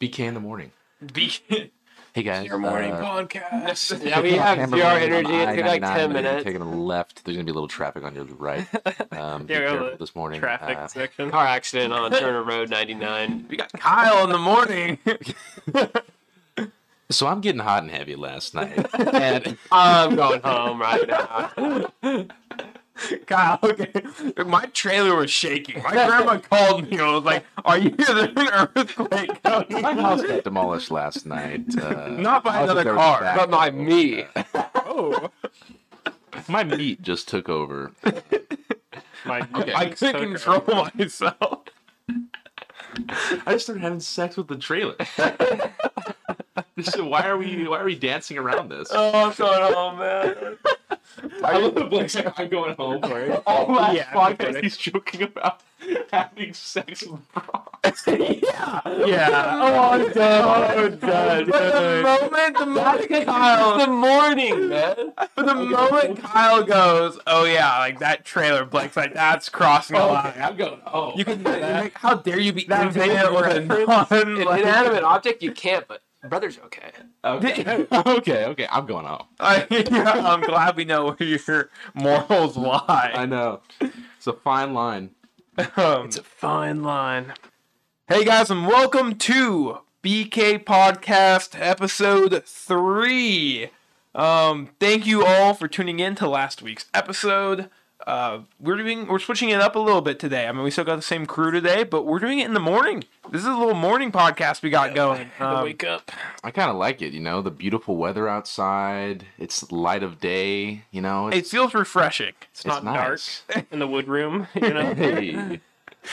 BK in the morning. Be- Hey guys. your morning uh, podcast. Yeah, we have Amber zero Lane on energy. It's been I-99, and like ten then you're minutes. Taking a left. There's gonna be a little traffic on your right. Um, be Yeah, we have careful a this morning. Traffic Uh, section. Car accident on Turner Road 99. We got Kyle in the morning. so I'm getting hot and heavy last night, and I'm going home right now. Kyle, okay. my trailer was shaking. My grandma called me and was like, "Are you there an earthquake coming?" my house got demolished last night. Uh, Not by I was up another there with car, Zach. But my me. Oh, my meat just took over. my! Okay. I couldn't control myself. I just started having sex with the trailer. Just, why are we? Why are we dancing around this? Uh, Oh, I'm going home, man. I love the place. I'm going home. Right? Oh All last podcast, he's joking about having sex with Yeah. Oh, I'm done. I'm done. But the moment, the moment Kyle, It's the morning, man. but the moment Kyle goes, oh yeah, like that trailer, Blake's like, that's crossing the line. I'm going home. You can, Oh, like, how dare you be That intimate with a video non? An Like, inanimate object, you can't, but brother's okay. Okay. okay, okay, I'm going home. I, am glad we know where your morals I lie. know. It's a fine line. Um, It's a fine line. hey guys, and welcome to BK Podcast Episode Three. Um, thank you all for tuning in to last week's episode. Uh, we're doing we're switching it up a little bit today. I mean, we still got the same crew today, but we're doing it in the morning. This is a little morning podcast we got going. Um, wake up. I kind of like it, you know, the beautiful weather outside. It's light of day, you know. it It's, feels refreshing. it's not nice. In the wood room, you know? Uh, Hey.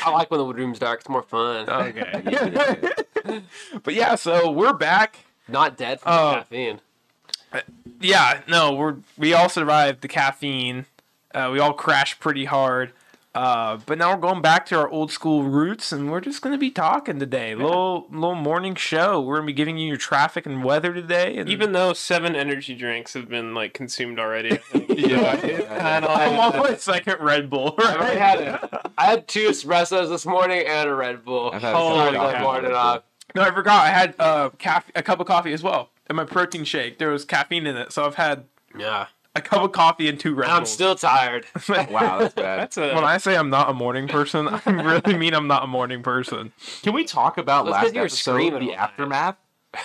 I like when the wood room's dark. It's more fun. Okay. Yeah. but yeah, so we're back. Not dead from Oh. the caffeine. Yeah, no, we're we all survived the caffeine. Uh, we all crashed pretty hard. Uh, but now we're going back to our old school roots, and we're just gonna be talking today. Little little morning show. We're gonna be giving you your traffic and weather today. And Even though seven energy drinks have been like consumed already, I think. yeah, I know. I'm on my second Red Bull. I already had it. I had two espressos this morning and a Red Bull. I've had a couple Started coffees my morning already. off. No, I forgot. I had uh, caf- a cup of coffee as well, and my protein shake. There was caffeine in it, so I've had Yeah. a cup of coffee and two Red I'm Bulls. still tired. Wow, that's bad. that's a when I say I'm not a morning person, I really mean I'm not a morning person. Can we talk about That's 'cause last you were episode, screaming the all night. aftermath?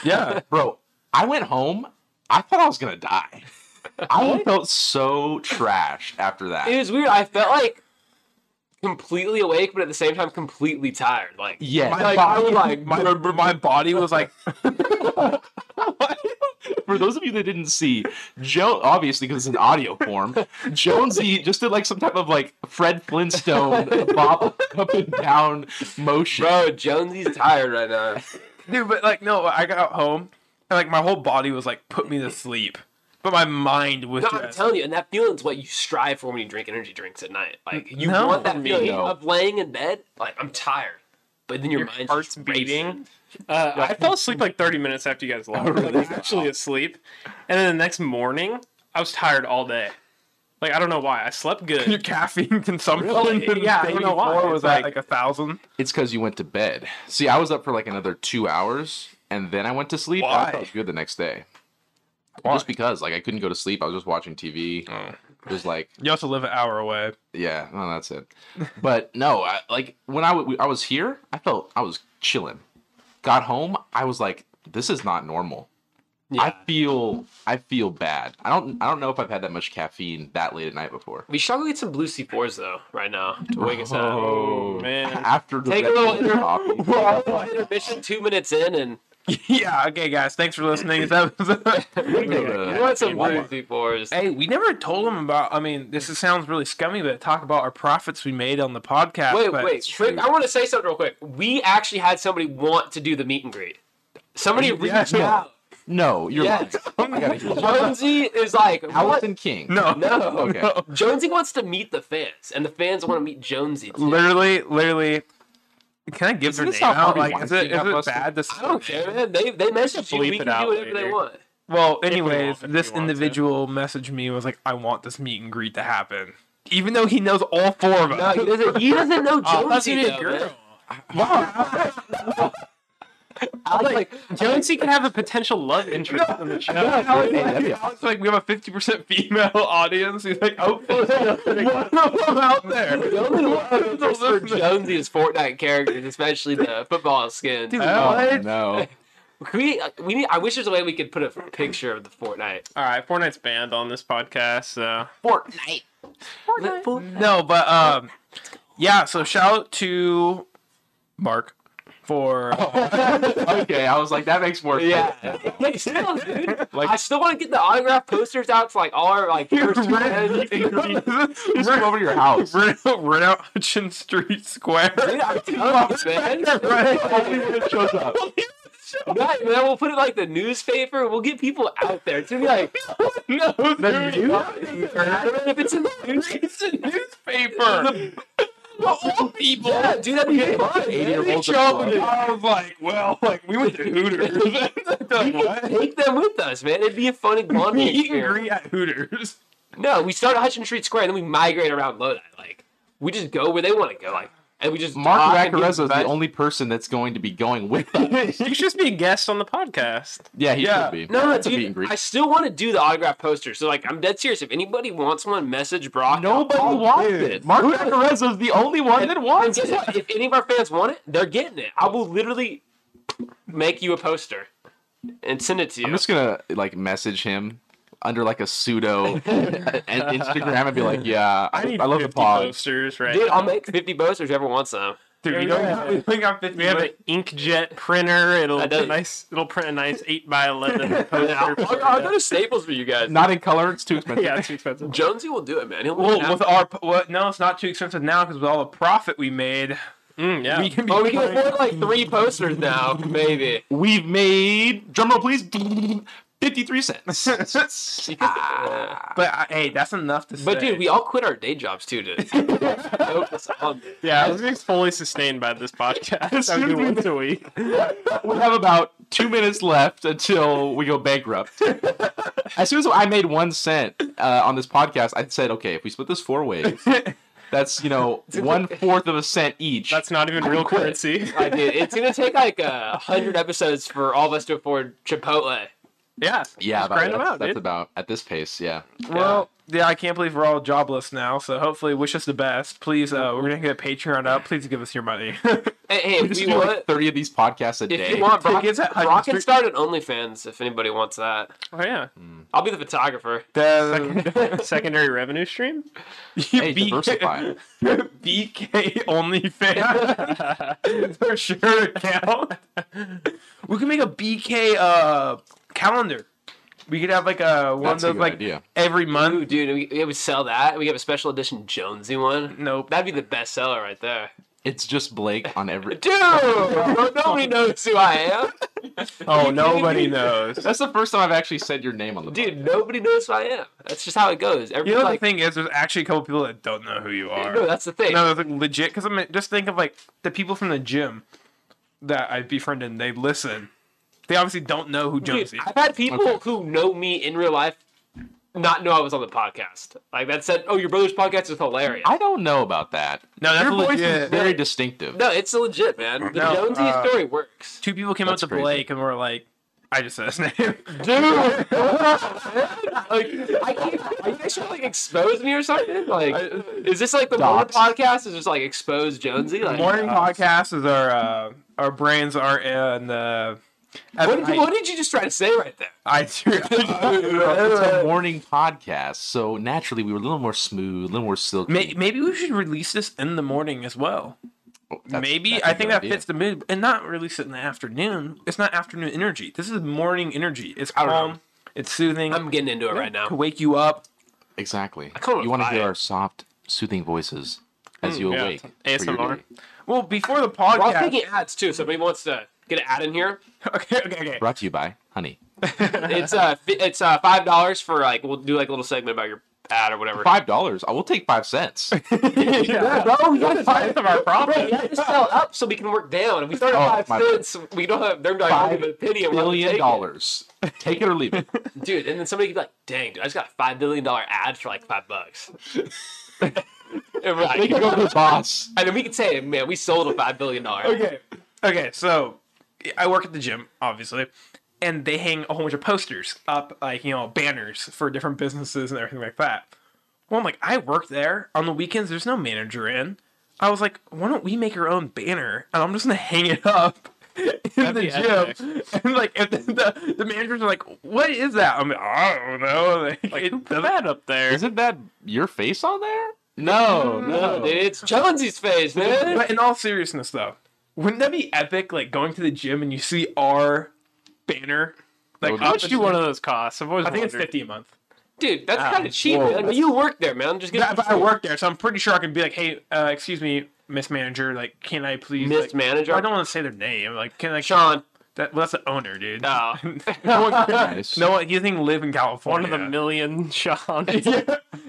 Yeah. Bro, I went home. I thought I was going to die. I felt so trash after that. It was weird. I felt like completely awake, but at the same time completely tired. Like yeah. My Like, I body, was like- my, my body was like, For those of you that didn't see, Joe obviously because it's in audio form, Jonesy just did like some type of like Fred Flintstone bop up and down motion. Bro, Jonesy's tired right now. dude, but like, no, I got home and like my whole body was like, put me to sleep. But my mind was No, I'm just. telling you, and that feeling's what you strive for when you drink energy drinks at night. Like you No. want that feeling No. of laying in bed, like I'm tired, but then your, your mind's heart's just racing. beating. Uh, I fell asleep like 30 minutes after you guys left. Like, really? actually asleep. And then the next morning, I was tired all day. Like, I don't know why. I slept Your good. caffeine consumption Really? the Yeah, I day don't know why. before was It's at like- like a thousand. It's because you went to bed. See, I was up for like another two hours and then I went to sleep. and Why? I felt good the next day. Why? Just because, like, I couldn't go to sleep. I was just watching TV. Oh. It was like, You also live an hour away. yeah, no, that's it. But no, I, like when I w- I was here, I felt I was chilling. Got home, I was like, this is not normal. I Yeah. feel I feel bad. I don't I don't know if I've had that much caffeine that late at night before. We struggle get some blue C4s though right now to wake us up. Oh, man. After the Take a little breakfast inter- coffee. Intermission two minutes in, and yeah, okay, guys, thanks for listening. That was- We go to you want some blue Walmart. C4s. hey, we never told them about. I mean, this is, sounds really scummy, but talk about our profits we made on the podcast. Wait, but- wait, quick, I want to say something real quick. We actually had somebody want to do the meet and greet. Somebody Are you- reached yeah, no. out. No, you're Yes. lying. I gotta hear you. Jonesy is like, what? Allison King. No, No. Okay. Jonesy wants to meet the fans, and the fans want to meet Jonesy. Too. Literally, literally. Can I give Isn't their this name how out? Harvey Like, is it, Weinstein is got it busted? bad to say? I don't care, man. They they message you. bleep We it can out do whatever they later. want. Well, we anyways, want to, if this we want to. individual messaged me and was like, "I want this meet and greet to happen," even though he knows all four of No, us. Oh, he doesn't. He doesn't know Oh, that's Jonesy. even though, a man. girl. Wow. I like, Like, Jonesy could have a potential love interest on the show. Alex, Alex, like we have a fifty percent female audience. He's like, "Oh, hopefully, one of them out there. for Jonesy is Fortnite characters, especially the football skin. Dude, Oh, What? no. Can we, uh, we need, I wish there's a way we could put a picture of the Fortnite. All right, Fortnite's banned on this podcast, so Fortnite. No, but um, yeah. So shout out to Mark for Okay, I was like, that makes more Yeah. sense. Like, still, dude. Like- I still want to get the autograph posters out to like all our like first two friends. Dude, Just come over to your house. rent, rent out Hutchins Street Square. I'm telling you, man. Only when it shows up. Right, man, we'll put it like the newspaper. We'll get people out there. It's gonna be like, no, The dude, new- I don't know if it's in the newspaper. it's a newspaper. the old people. Yeah, dude, that'd be fun. man. Eight-year-olds Show up and I was like, well, like we went to Hooters. Like, what? Take them with us, man. It'd be a fun and fun Meet and experience. greet at Hooters. No, we start at Hutchin Street Square, and then we migrate around Lodi. Like, we just go where they want to go. Like, and we just Mark talk Uh, and Racarezza get is the feedback. only person that's going to be going with us. you should just be a guest on the podcast. Yeah, he Yeah. should be. No, no, That's a meet and dude, greet. I still want to do the autograph poster. So, like, I'm dead serious. If anybody wants one, message Brock. Nobody I'll- wants dude. it. Mark Racarezza is the only one that And wants guess it. what? If any of our fans want it, they're getting it. I will literally make you a poster and send it to you. I'm just gonna like message him under like a pseudo and Instagram and be like, yeah, I, I need I love the 50 pod. posters, right? Dude, I'll make 50 posters. Whoever wants them. Dude, we we don't don't have- we got 50 we have an inkjet printer. It'll That does- nice. It'll print a nice eight by eleven I mean, I'll, poster. I'll- I'll go to Staples for you guys. Not in color, it's too expensive. yeah, it's too expensive. Jonesy will do it, man. He'll Well, make it with happen. our well, no, it's not too expensive now because with all the profit we made, Mm, yeah. we can be. Oh, we can buying- afford like three posters now, maybe. We've made drumroll please fifty-three cents. Ah. but I, hey, that's enough to. But say. dude, we all quit our day jobs too to focus on this. yeah, this is fully sustained by this podcast. I soon do we- once a week. we have about two minutes left until we go bankrupt. as soon as I made one cent uh, on this podcast, I said, okay, if we split this four ways, that's you know one fourth of a cent each. That's not even real quit. currency. Like, dude, it's gonna take like a hundred episodes for all of us to afford Chipotle. Yeah. yeah, Just about, grind 'em that's, out, that's dude. about at this pace. Yeah, Well, yeah, I can't believe we're all jobless now. So hopefully, wish us the best. Please, uh, we're gonna get Patreon up. Please give us your money. Oh, Hey, hey we if just you do want, like thirty of these podcasts a if day. you want, Brock, Tickets at Hudson Brock can Street. start at OnlyFans if anybody wants that. Oh yeah. I'll be the photographer. The- Secondary revenue stream. hey, diversify. BK OnlyFans. For sure account. We can make a BK uh calendar. We could have like a one That's a of good like idea. every month. Ooh, dude, we, we would sell that. We have a special edition Jonesy one. Nope. That'd be the best seller right there. It's just Blake on every. Dude, nobody knows who I am. oh, nobody me? knows. That's the first time I've actually said your name on the. podcast. Dude, nobody knows who I am. That's just how it goes. You Everybody's know like, the thing is, there's actually a couple people that don't know who you are. no, that's the thing. No, like legit. Because I mean, just think of like the people from the gym that I befriended. and They listen. They obviously don't know who Dude, Jonesy. is. I've had people Okay. who know me in real life not know I was on the podcast. Like that said, oh, your brother's podcast is hilarious. I don't know about that. No, that's Your voice is legit. very distinctive. no, it's legit, man. The No, Jonesy uh, story works. Two people came up That's to crazy. Blake and were like, "I just said his name." Dude, like I can't. Are you guys trying to like expose me or something? Like, uh, is this like the morning Docs. podcast? Is just like expose Jonesy? Like, Morning podcast is our uh, our brains aren't in the. what, did, what did you just try to say right there? I, do. it's a morning podcast, so naturally we were a little more smooth, a little more silky. May- Maybe we should release this in the morning as well. Oh, That's- Maybe that's a I good think that idea. fits the mood, and not release it in the afternoon. It's not afternoon energy. This is morning energy. It's I don't know. calm. It's soothing. I'm getting into it right now. to wake you up. Exactly. call it You want to hear fire. our soft, soothing voices Hmm, as you yeah. awake. for your ASMR. day. Well, before the We're all podcast. taking ads too. So if anybody wants to get an ad in here, okay, okay, okay. Brought to you by Honey. it's uh, fi- it's uh, five dollars for like we'll do like a little segment about your ad or whatever. Five dollars. I will take five cents. bro, we gotta That's of our Bro, profit. we have to sell up so we can work down. If we start Oh, at my five cents, we don't have. They're like, Five "I'll give it a penny. and we'll have to Billion take it." dollars. Take it or leave it. dude. And then somebody could be like, "Dang, dude, I just got a five billion dollar ad for like five bucks." and, we're They like, can go to the boss. and then we could say, "Man, we sold a five billion dollar." Okay. Okay, so I work at the gym, obviously, and they hang a whole bunch of posters up, like you know, banners for different businesses and everything like that. Well, I'm like, I work there on the weekends. There's no manager in. I was like, why don't we make our own banner and I'm just gonna hang it up in That'd the be gym? And like, if the, the, the managers are like, what is that? I'm like, I don't know. Like, Like it who put doesn't- that up there? Isn't that your face on there? No, no, Mm-hmm. dude. It's Jonesy's face, man. But in all seriousness, though, wouldn't that be epic? Like going to the gym and you see our banner. Like, would be- How up much at do the- one of those cost? I've always I think it's wondered. fifty a month. Dude, that's Ah, kind of cheap. whoa. man. But you work there, man. I'm just Yeah, gonna but I work there, so I'm pretty sure I could be like, "Hey, uh, excuse me, Miss Manager, like, can I please?" Miss like- Manager? I don't want to say their name. Like, can I? Sean. That, well, that's the owner, dude. No. no one. Nice. No one. He doesn't even live in one California. of the million Sean.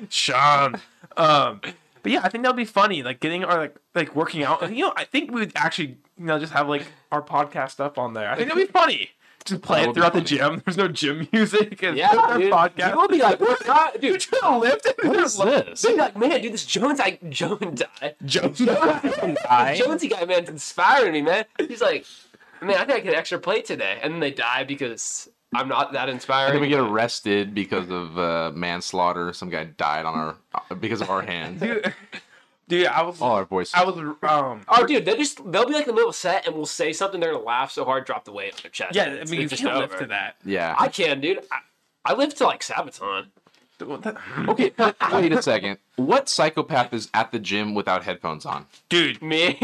Sean. Um, but yeah, I think that would be funny. Like getting our like like working out. You know, I think we would actually you know just have like our podcast up on there. I think that'd be funny. Just play That it would be throughout the funny. gym. There's no gym music. And Yeah, our dude. podcast. You will be like, we're not, You're dude. trying to lift it. What is this? Be like, man, dude, this Jones, I Jones guy, Jump. This Jonesy guy, man's inspiring me, man. He's like, man, I think I get an extra plate today, and then they die because I'm not that And inspiring. then we get arrested because of uh, manslaughter. Some guy died on our uh, because of our hands. dude, dude, I was All our voices. I was um Oh, dude, they just they'll be like in the middle of a set, and we'll say something. They're gonna laugh so hard, drop the weight on their chest. yeah. and I it's- mean, you it's just can't lift over. to that. yeah. I can, dude. I, I live to like Sabaton. Well, that- okay. Wait a second. What psychopath is at the gym without headphones on? Dude, Me,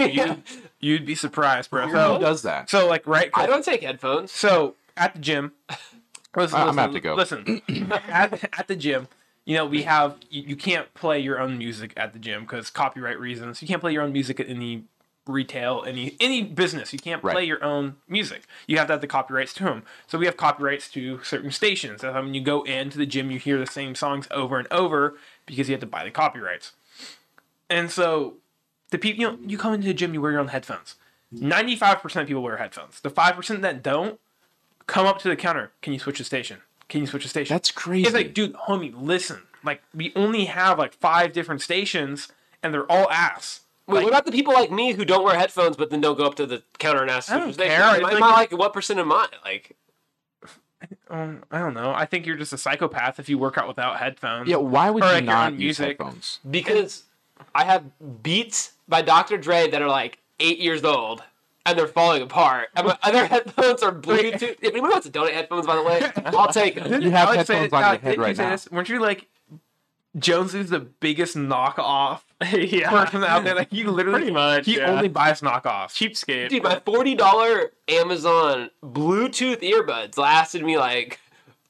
you'd be surprised, bro. Who So, does that? so like right. I don't take headphones. So at the gym, listen, I'm listen, gonna have to go. Listen, at, at the gym, you know we have you, you can't play your own music at the gym because copyright reasons. You can't play your own music at any retail, any any business. You can't play Right. your own music. You have to have the copyrights to them. So we have copyrights to certain stations. That's how when you go into the gym, you hear the same songs over and over because you have to buy the copyrights. And so the people you, know, you come into the gym, you wear your own headphones. Ninety-five percent of people wear headphones. The five percent that don't come up to the counter. Can you switch the station? Can you switch the station? That's crazy. it's like, dude, homie, listen. Like we only have like five different stations, and they're all ass. Wait, what about the people like me who don't wear headphones but then don't go up to the counter and ask? I don't if they- care. Am It's I like- am I, like what percent am I? Like, Um, I don't know. I think you're just a psychopath if you work out without headphones. yeah. Why would Or you like your not own use music. headphones? because I have beats by Dr. Dre that are like eight years old and they're falling apart. And my other headphones are Bluetooth. If anyone wants to donate headphones, by the way, I'll take them. You have Alex said- headphones on Alex, your head didn't you right say now. this? Weren't you like Jones is the biggest knockoff yeah. person out there? Like he literally, Pretty much, he yeah. only buys knockoffs. Cheapskate. Dude, my $40 Amazon Bluetooth earbuds lasted me like,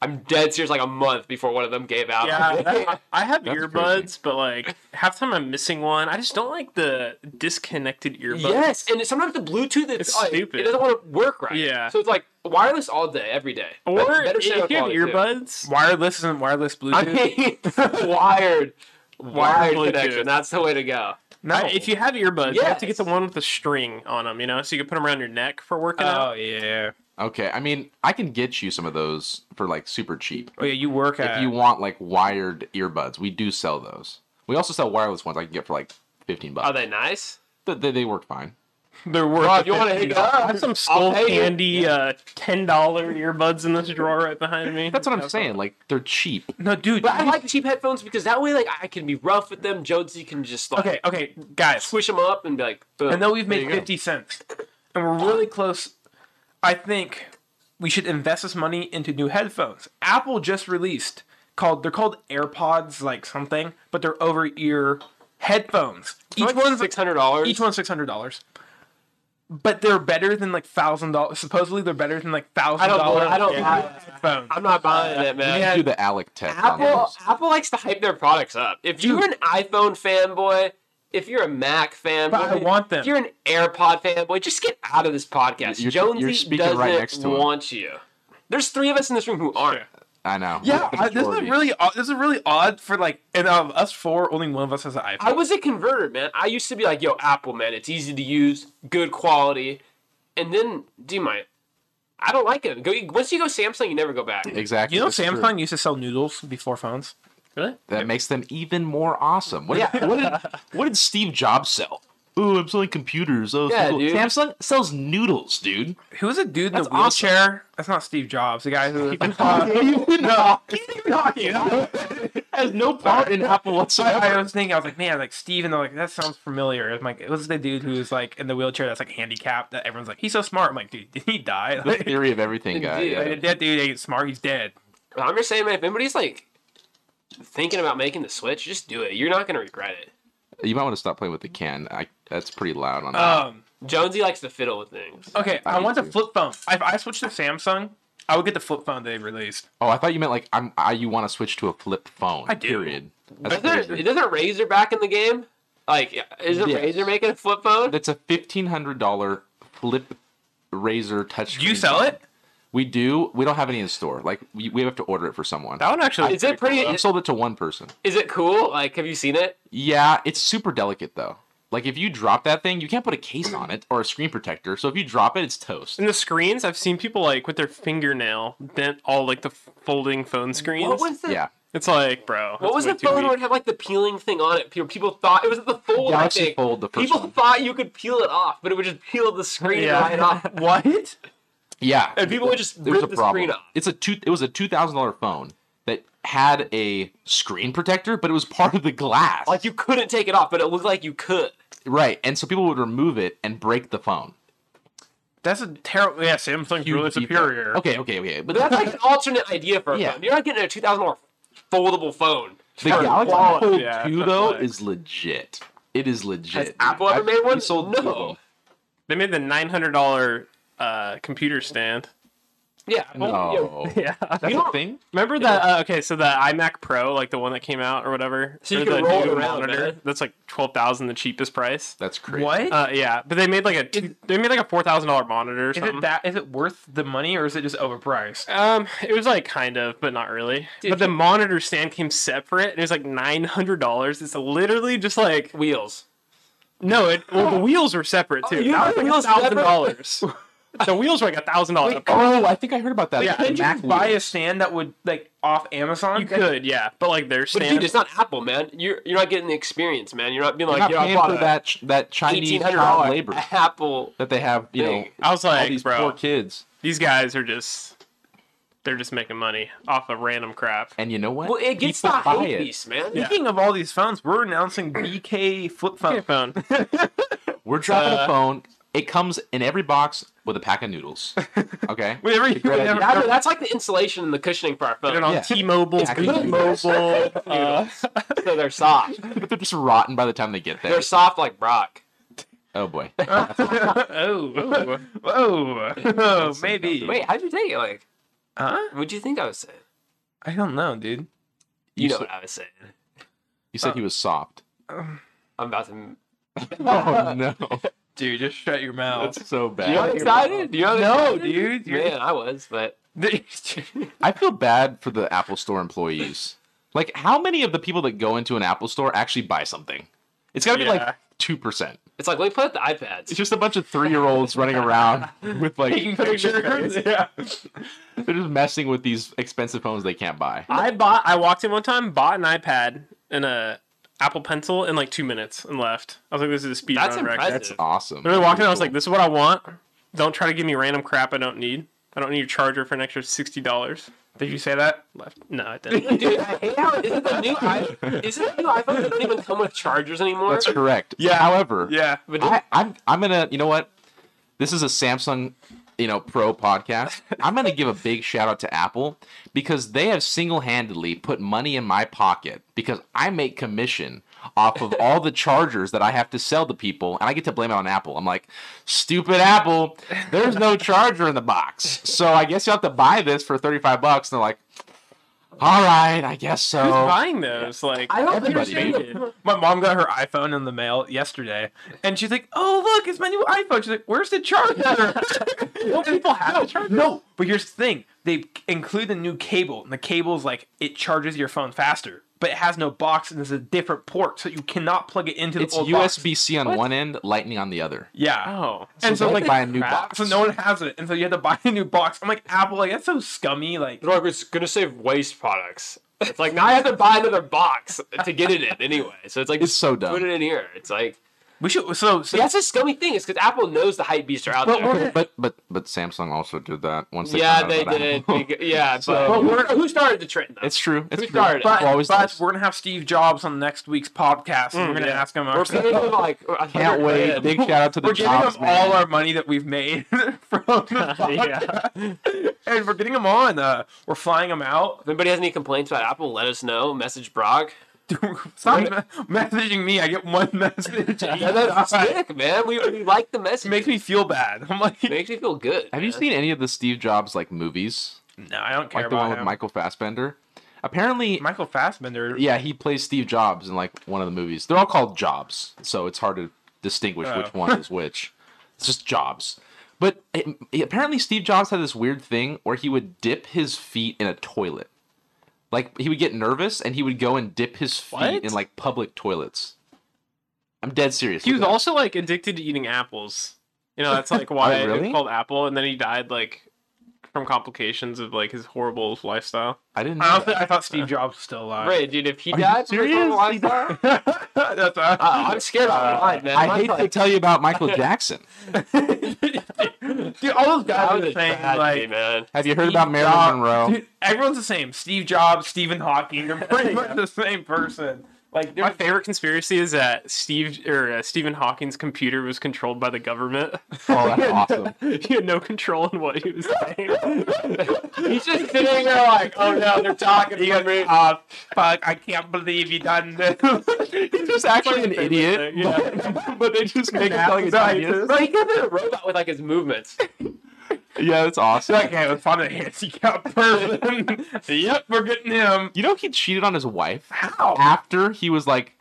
I'm dead serious, like a month before one of them gave out. Yeah, that- I have That's earbuds, crazy. but like half the time I'm missing one. I just don't like the disconnected earbuds. Yes, and sometimes the Bluetooth it's, It's like, stupid. It doesn't want to work right. Yeah. So it's like wireless all day, every day. Or Better if you sound have quality, too. earbuds, Wireless isn't wireless Bluetooth. I mean, wired, wired Bluetooth. connection. That's the way to go. no. I- if you have earbuds, you have to get the Yes. one with the string on them. You know, so you can put them around your neck for working oh out. yeah. Okay. I mean, I can get you some of those for like super cheap. Oh yeah, you work at. if you want like wired earbuds, we do sell those. We also sell wireless ones. I can get for like fifteen Are Oh, bucks. they nice? But they, they work fine. they're worth. Bro, if you want to hit I up, have some skull pay you. candy uh, ten dollar earbuds in this drawer right behind me. That's what I'm saying. Like they're cheap. no, dude. but I you- like cheap headphones because that way, like, I can be rough with them. Jonesy can just like okay, okay, guys. swish them up and be like, boom. I know we've you made go. fifty cents, and we're really close. I think we should invest this money into new headphones. Apple just released called they're called AirPods, like something, but they're over ear headphones. Each Each one's one's six hundred dollars. Each one's six hundred dollars. But they're better than like thousand dollars. Supposedly they're better than like thousand I don't. dollars. I don't. I, phone. I'm not buying that, man. You do the Alec tech. on Apple those. Apple likes to hype their products up. If you're an iPhone fanboy, if you're a Mac fanboy, But I want them. If you're an AirPod fanboy, just get out of this podcast. You're- Jonesy you're speaking doesn't right next to him. want you. There's three of us in this room who aren't. I know. Yeah, The I, this is majority. really odd. This is really odd for like, and out of us four, only one of us has an iPhone. I was a converter, man. I used to be like, yo, Apple, man, it's easy to use, good quality. And then, do my, I don't like it. Go, once you go Samsung, you never go back. exactly. you know, This is true. Samsung used to sell noodles before phones. Really? That makes them even more awesome. What did, what did what did Steve Jobs sell? Ooh, Oh, I'm selling computers. Oh, so Yeah, cool. dude. Samsung sells noodles, dude. Who was a dude in That's the wheelchair? That's not Steve Jobs, the guy who. no, has no part in Apple whatsoever. I was thinking, I was like, man, like Steve, and they're like, that sounds familiar. I'm like, it was the dude who's like in the wheelchair that's like handicapped. That everyone's like, he's so smart. I'm like, dude, did he die? the Like, theory of everything guy. Dude, yeah. like, that dude ain't smart. He's dead. I'm just saying, man, if anybody's like thinking about making the switch, just do it. You're not gonna regret it. You might want to stop playing with the can. I, that's pretty loud on that. Um. Jonesy likes to fiddle with things. Okay, I I, want do the too. flip phone. If I switch to Samsung, I would get the flip phone they released. oh, I thought you meant like I'm. I, you want to switch to a flip phone? I do. Period. That's Is there, crazy. is there a Razor back in the game? Like, is a Yes. Razor making a flip phone? That's a fifteen hundred dollar flip razor touch. Do you sell it? We do. We don't have any in store. Like we, we have to order it for someone. That one actually. Is it pretty? I sold it to one person. Is it cool? Like, have you seen it? Yeah, it's super delicate though. Like if you drop that thing, you can't put a case on it or a screen protector. So if you drop it, it's toast. In the screens, I've seen people like with their fingernail bent all like the folding phone screens. What was the Yeah. It's like, bro. What that's was way the too phone weak. where it had like the peeling thing on it? People, people thought it was the fold. I Galaxy think. Fold, the first people one. thought you could peel it off, but it would just peel the screen Yeah. right off, What? Yeah. and people would just There was rip a the screen problem. off. It's a two. It was a two thousand dollar phone that had a screen protector, but it was part of the glass. Like you couldn't take it off, but it looked like you could. right, and so people would remove it and break the phone. That's a terrible. Yeah, Samsung's Huge really defect. superior. Okay, okay, okay. But But that's like an alternate idea for a Yeah. phone. You're not getting a two thousand dollar foldable phone. the Or Galaxy wallet. Fold yeah, Two that's though like- is legit. It is legit. dude. Apple ever I've- made we one? Sold two of No. them. They made the nine hundred dollar uh, computer stand. Oh, Yeah, No. Yeah. That's don't- a thing. Remember that? Uh, okay, so the iMac Pro, like the one that came out or whatever, So you or can the roll it new around, man. That's like twelve thousand, the cheapest price. That's crazy. What? Uh, yeah, but they made like a two, they made like a four thousand dollar monitor or Is something. it that? Is it worth the money or is it just overpriced? Um, it was like kind of, but not really. Dude, but the you- monitor stand came separate, and it was like nine hundred dollars. It's literally just like wheels. no, it. Well, the wheels were separate too. Oh, you That had the was wheels like thousand separate? dollars. The wheels were like a thousand dollars. Oh, I think I heard about that. Yeah, Couldn't you Mac just buy Wheel. a stand that would like off Amazon? You could, yeah, but like their But stand. dude, it's not Apple, man. You're you're not getting the experience, man. You're not being You're like, not yeah, I paying bought for a that ch- that eighteen Chinese hundred child dollar labor Apple. that they have. You know, Thing. I was all like, these bro, poor kids. these guys are just they're just making money off of random crap. And you know what? Well, it gets People the buy hate it. piece, man. Yeah. Speaking of all these phones, we're announcing BK flip phone. Okay, phone. We're dropping Uh, a phone. It comes in every box with a pack of noodles. Okay. Whenever you, Great whenever, idea. That- that's like the insulation and the cushioning for our Put it phone. on Yeah. T-Mobile, Yeah, Boost Mobile. uh, Oh. So they're soft. but they're just rotten by the time they get there. They're soft like Brock. Oh boy. oh, oh, oh, maybe. Wait, how'd you take it? Like, huh? what'd you think I was saying? I don't know, dude. You, You know said- what I was saying. You said he was soft. I'm about to. Oh no. Dude, just shut your mouth. That's so You know, bad. excited? You know, No, excited? dude, you're- Man, I was, but I feel bad for the Apple Store employees. Like, how many of the people that go into an Apple Store actually buy something? It's got to be Yeah. like two percent. it's like let me play with the iPads. It's just a bunch of three-year-olds running around with like Taking pictures. yeah. they're just messing with these expensive phones they can't buy. I bought. I walked in one time, bought an iPad and a Apple Pencil in like two minutes and left. I was like, this is a speed That's run impressive. record. That's awesome. Literally walked in, I was Cool. like, this is what I want. Don't try to give me random crap I don't need. I don't need a charger for an extra sixty dollars. Did you say that? Left. No, I didn't. Dude, I hate how is it the new i is it the new iPhone that don't even come with chargers anymore? That's correct. Yeah. However, yeah. But I, I'm I'm gonna you know what? This is a Samsung, you know, pro podcast. I'm gonna give a big shout out to Apple because they have single handedly put money in my pocket because I make commission off of all the chargers that I have to sell to people, and I get to blame it on Apple. I'm like, stupid Apple, there's no charger in the box, so I guess you have to buy this for 35 bucks. And they're like, all right, I guess so. Who's buying those? Like I don't Everybody understand. did. The, My mom got her iPhone in the mail yesterday, and she's like, "Oh, look, it's my new iPhone." She's like, "Where's the charger?" don't people have a charger? no, but here's the thing: they include a new cable, and the cable's like it charges your phone faster, but it has no box, and it's a different port, so you cannot plug it into it's the old box. USB C on What? one end, Lightning on the other. Yeah. Oh. and so don't like buy a new crap, box. So no one has it, and so you had to buy a new box. I'm like Apple, like that's so scummy. Like like it's gonna save waste products. It's like now I have to buy another box to get it in anyway. So it's like It's so dumb. Put it in here. It's like We should. So, so But that's a scummy thing. Is because Apple knows the hype beasts are out But there. we're- But but but Samsung also did that once. They yeah, found out they about did. Apple. Beca- yeah, So- but, But we're, who started the trend? Though? it's true. It's Who true. started it? Apple but, always but does. we're gonna have Steve Jobs on next week's podcast, and Mm, we're gonna yeah. ask him. we're Our, paying them like a Can't hundred wait. grand. Big shout out to the we're giving jobs, him man. all our money that we've made from the podcast, and we're getting him on. Uh, we're flying him out. If anybody has any complaints about Apple, let us know. Message Brock. Stop me- messaging me. I get one message. uh, Yeah, that's sick, man. We, we like the It message. makes me feel bad. I'm like, Makes me feel good. Have you man. seen any of the Steve Jobs like movies? no, I don't care Like the about one with him. Michael Fassbender? Apparently, Michael Fassbender. yeah, he plays Steve Jobs in like one of the movies. They're all called Jobs, so it's hard to distinguish which Oh. one is which. It's just Jobs. But it- it- apparently, Steve Jobs had this weird thing where he would dip his feet in a toilet. Like he would get nervous and he would go and dip his feet What? in like public toilets. I'm dead serious. He Look was it up. also like addicted to eating apples. You know, that's like Oh, why really? it's called Apple, and then he died like from complications of like his horrible lifestyle. I didn't. I, Know don't think, I thought Steve Jobs was still alive. Ray, dude? If he Are you died, from his serious? normal He lifestyle- That's Uh, I'm scared out of my mind, man. I hate to like, tell you about Michael Jackson. Dude, all those that guys are was the a same. tragedy, Like, man. Have you heard Steve about Marilyn Jobs- Monroe? Dude, everyone's the same. Steve Jobs, Stephen Hawking. They're pretty much the same person. Like, My they're favorite conspiracy is that Steve or uh, Stephen Hawking's computer was controlled by the government. Oh, that's awesome. he had no control in what he was saying. He's just sitting there like, oh no, they're talking He to goes, me. Uh, "Oh, fuck, I can't believe you done this. He's just actually an idiot, Yeah. but they just make him Nah, telling his nah, ideas. Bro, he could have been a robot with like his movements. Yeah, that's awesome. like, hey, let's find a handicapped person. yep, we're getting him. You know he cheated on his wife How? after he was like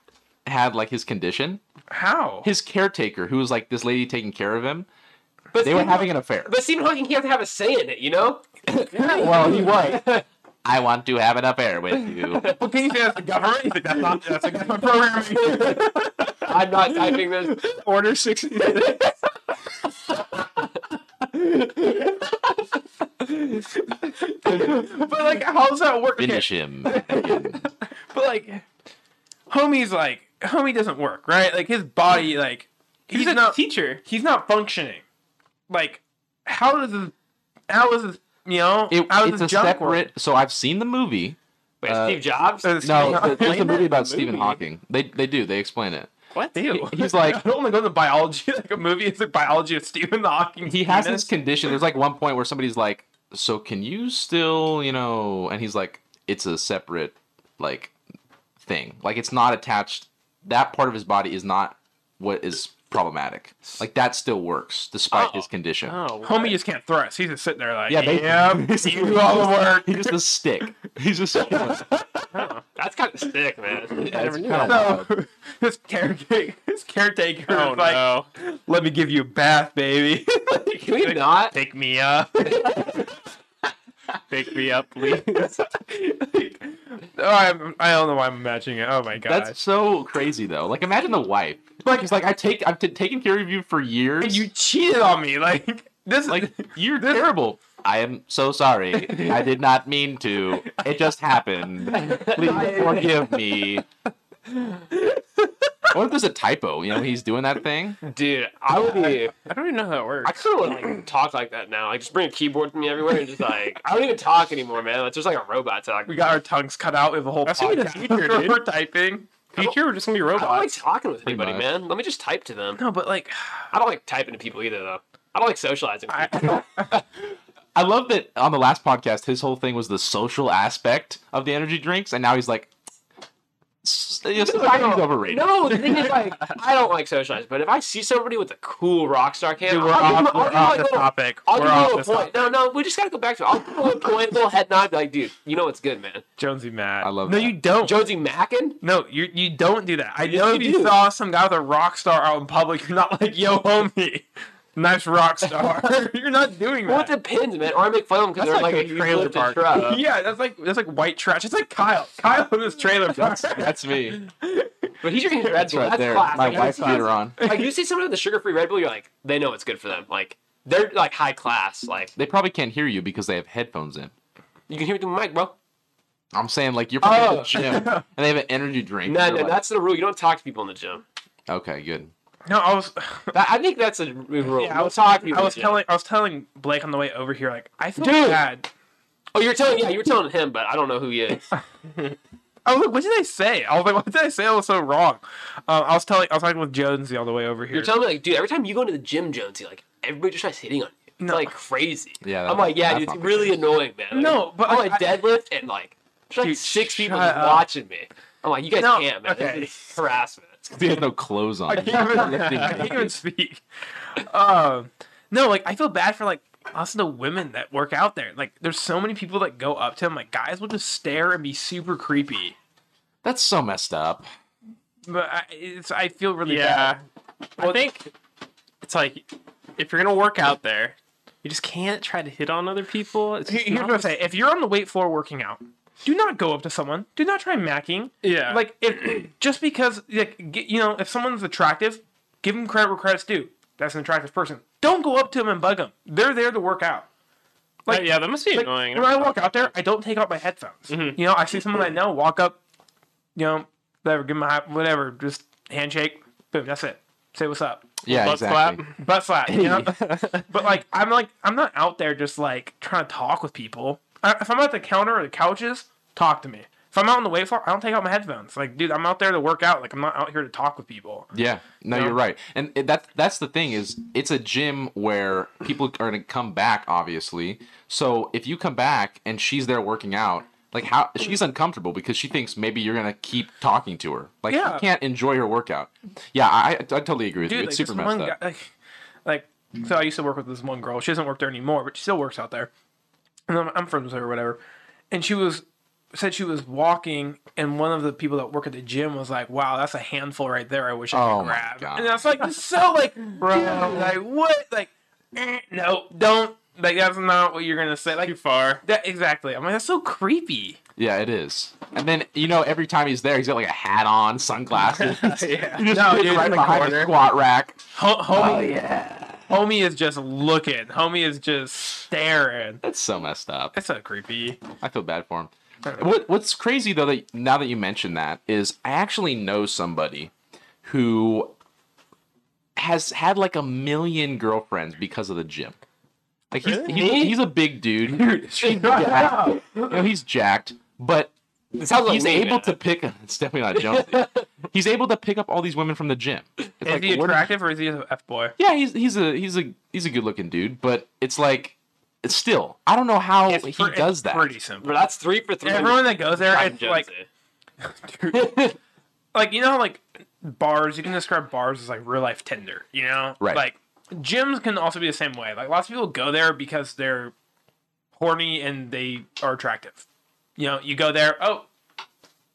had like his condition. How? His caretaker, who was like this lady taking care of him, But they were Stephen- having an affair. But Stephen Hawking can't have a say in it, you know? Well, he was. I want to have an affair with you. Well, can you say that's the government? You think that's not that's a government programming? I'm not typing this. Order sixty. but like, how does that work? Okay, Finish him. but like, homie's like, homie doesn't work, right? Like his body, like he's, He's a not teacher. he's not functioning. Like, how does this? How is this? You know, It, how does it's a this junk separate. work? So I've seen the movie. Wait, Uh, Steve Jobs? Uh, No, Stephen there's a Hawking? movie about Movie? Stephen Hawking. They they do. They explain it. What? Ew. He's like, I don't want to go into biology. Like a movie is like biology of Stephen Hawking. he has this condition. There's like one point where somebody's like, "So can you still, you know?" And he's like, "It's a separate like thing. Like it's not attached. That part of his body is not what is problematic. Like that still works despite his condition. Oh, homie just can't thrust. He's just sitting there like, Yeah, yeah, basically. you do all the work. He's just a stick. He's just That's kind of sick, man. I never knew kind that. of So his caretaker, his caretaker Oh is like, no! "Let me give you a bath, baby. Can we not? Pick me up." Pick me up, please. Like, oh, I'm, I don't know why I'm imagining it. Oh my gosh! That's so crazy though. Like imagine the wife. Like he's like, I take I've t- taken care of you for And years. you cheated on me. Like this. like Like you're terrible. I am so sorry. I did not mean to. It just happened. Please forgive me. What if there's a typo? You know, he's doing that thing. Dude, I would be. I don't even know how that I works. kind of want to like talk like that now. Like, just bring a keyboard to me everywhere and just like, I don't even talk anymore, man. It's just like a robot talk. we got our tongues cut out. We have a whole That's gonna be the podcast future, dude. for typing. Future, we're just gonna be I don't like robots. talking with anybody, much. man. Let me just type to them. No, but like, I don't like typing to people either, though. I don't like socializing. with people. I, I love that on the last podcast, his whole thing was the social aspect of the energy drinks, and now he's like, "S- you know, society's overrated. No, the thing is, like, I don't like socializing, but if I see somebody with a cool rock star can, Dude, we're I'll off, give them- I'll we're give them, off like, the little- topic. I'll we're give them a off little this point. topic. No, no, we just gotta go back to it. I'll give them a little point, little head nod, be like, dude, you know what's good, man. Jonesy mad. I love No, that. you don't. Jonesy Mackin? no, you you don't do that. I Yes, know you if you do. saw some guy with a rock star out in public, you're not like, yo, homie, nice rock star. you're not doing Well, it that. depends, man. Or I make fun of them because That's they're like like, a a huge trailer lifted park. truck. yeah, that's like that's like white trash. It's like Kyle. Kyle in his trailer park. That's me. But he's drinking Red That's Bull. right That's, there. classic. My That's wife's classic. later on. Like, you see someone with a sugar-free Red Bull, you're like, they know it's good for them. Like, they're like high class. Like, They probably can't hear you because they have headphones in. you can hear me through the mic, bro. I'm saying like you're probably Oh. at the gym and they have an energy drink. No, You're no, like, that's the rule. You don't talk to people in the gym. okay, good. No, I was. That, I think that's a rule. Yeah, I we'll was- talk. You I was legit. telling. I was telling Blake on the way over here. Like I feel Dude. bad. Oh, you're telling. Yeah, you're telling him, but I don't know who he is. I was like, what did I say? I was like, what did I say? I was so wrong. Um, I was telling. I was talking with Jonesy on the way over here. You're telling me like, dude, every time you go into the gym, Jonesy, like everybody just tries hitting on you. It's No. like crazy. Yeah, I'm that- like, yeah, that's dude, it's not the really annoying, man. Like, No, but, I'm like, like I- deadlift and like there's like Dude, six people shut just up. watching me. I'm like, you guys No, can't, man. okay. This is harassment. He had no clothes on. I can't even, I can't even speak. Um, no, like I feel bad for like us the women that work out there. Like there's so many people that go up to him. Like guys will just stare and be super creepy. That's so messed up. But I, it's I feel really Yeah. bad. I think it's like if you're gonna work out there, you just can't try to hit on other people. It's Here- just Here's not what I'm the- saying: if you're on the weight floor working out, do not go up to someone. Do not try macking. Yeah. Like if just because like g- you know if someone's attractive, give them credit where credit's due. That's an attractive person. Don't go up to them and bug them. They're there to work out. That- yeah, that must be Like, annoying. when I walk out there, I don't take out my headphones. You know, I see someone I know, walk up, you know, whatever, give 'em a hi- whatever, just handshake, boom, that's it. Say what's up, Yeah, Butt exactly. slap. butt slap. You know, but like I'm like I'm not out there just like trying to talk with people. I, if I'm at the counter or the couches, talk to me. If I'm out on the wait floor, I don't take out my headphones. Like, dude, I'm out there to work out. Like, I'm not out here to talk with people. Yeah, no, No. you're right, and it- that that's the thing is it's a gym where people are gonna come back, obviously. So if you come back and she's there working out, like how she's uncomfortable because she thinks maybe you're gonna keep talking to her. Like Yeah. you can't enjoy her workout. Yeah, I, I totally agree with Dude, you. like, It's this super messed one up. guy- like, like, so I used to work with this one girl. She doesn't work there anymore, but she still works out there. And I'm, I'm friends with her or whatever. And she was said she was walking, and one of the people that work at the gym was like, "Wow, that's a handful right there. I wish I Oh could my grab." God. And I was like, "It's so like, bro, like what? Like, eh, no, don't." Like that's not what you're gonna say. Like Too far. that exactly. I'm like that's so creepy. Yeah, it is. And then you know every time he's there, he's got like a hat on, sunglasses. yeah. You just No, put it dude, in right the behind the corner. squat rack. Ho- homie, yeah, homie is just looking. Homie is just staring. that's so messed up. That's so creepy. I feel bad for him. What What's crazy though that now that you mention that is I actually know somebody who has had like a million girlfriends because of the gym. Like he's he's, Me? he's a big dude. He's jacked. You know, he's jacked, but It sounds like he's me, able man. to pick. It's definitely not Jonesy. he's able to pick up all these women from the gym. It's Is like, he what- attractive or is he an F boy? yeah, he's he's a he's a he's a good looking dude, but it's like it's still I don't know how he It's pre- does it's that. Pretty simple. But that's three for three. Everyone that goes there, Fucking it's like, Jonesy. like you know, how, like bars. You can describe bars as like real life Tinder. You know, Right. Like gyms can also be the same way. Like lots of people go there because they're horny and they are attractive. You know, you go there. Oh,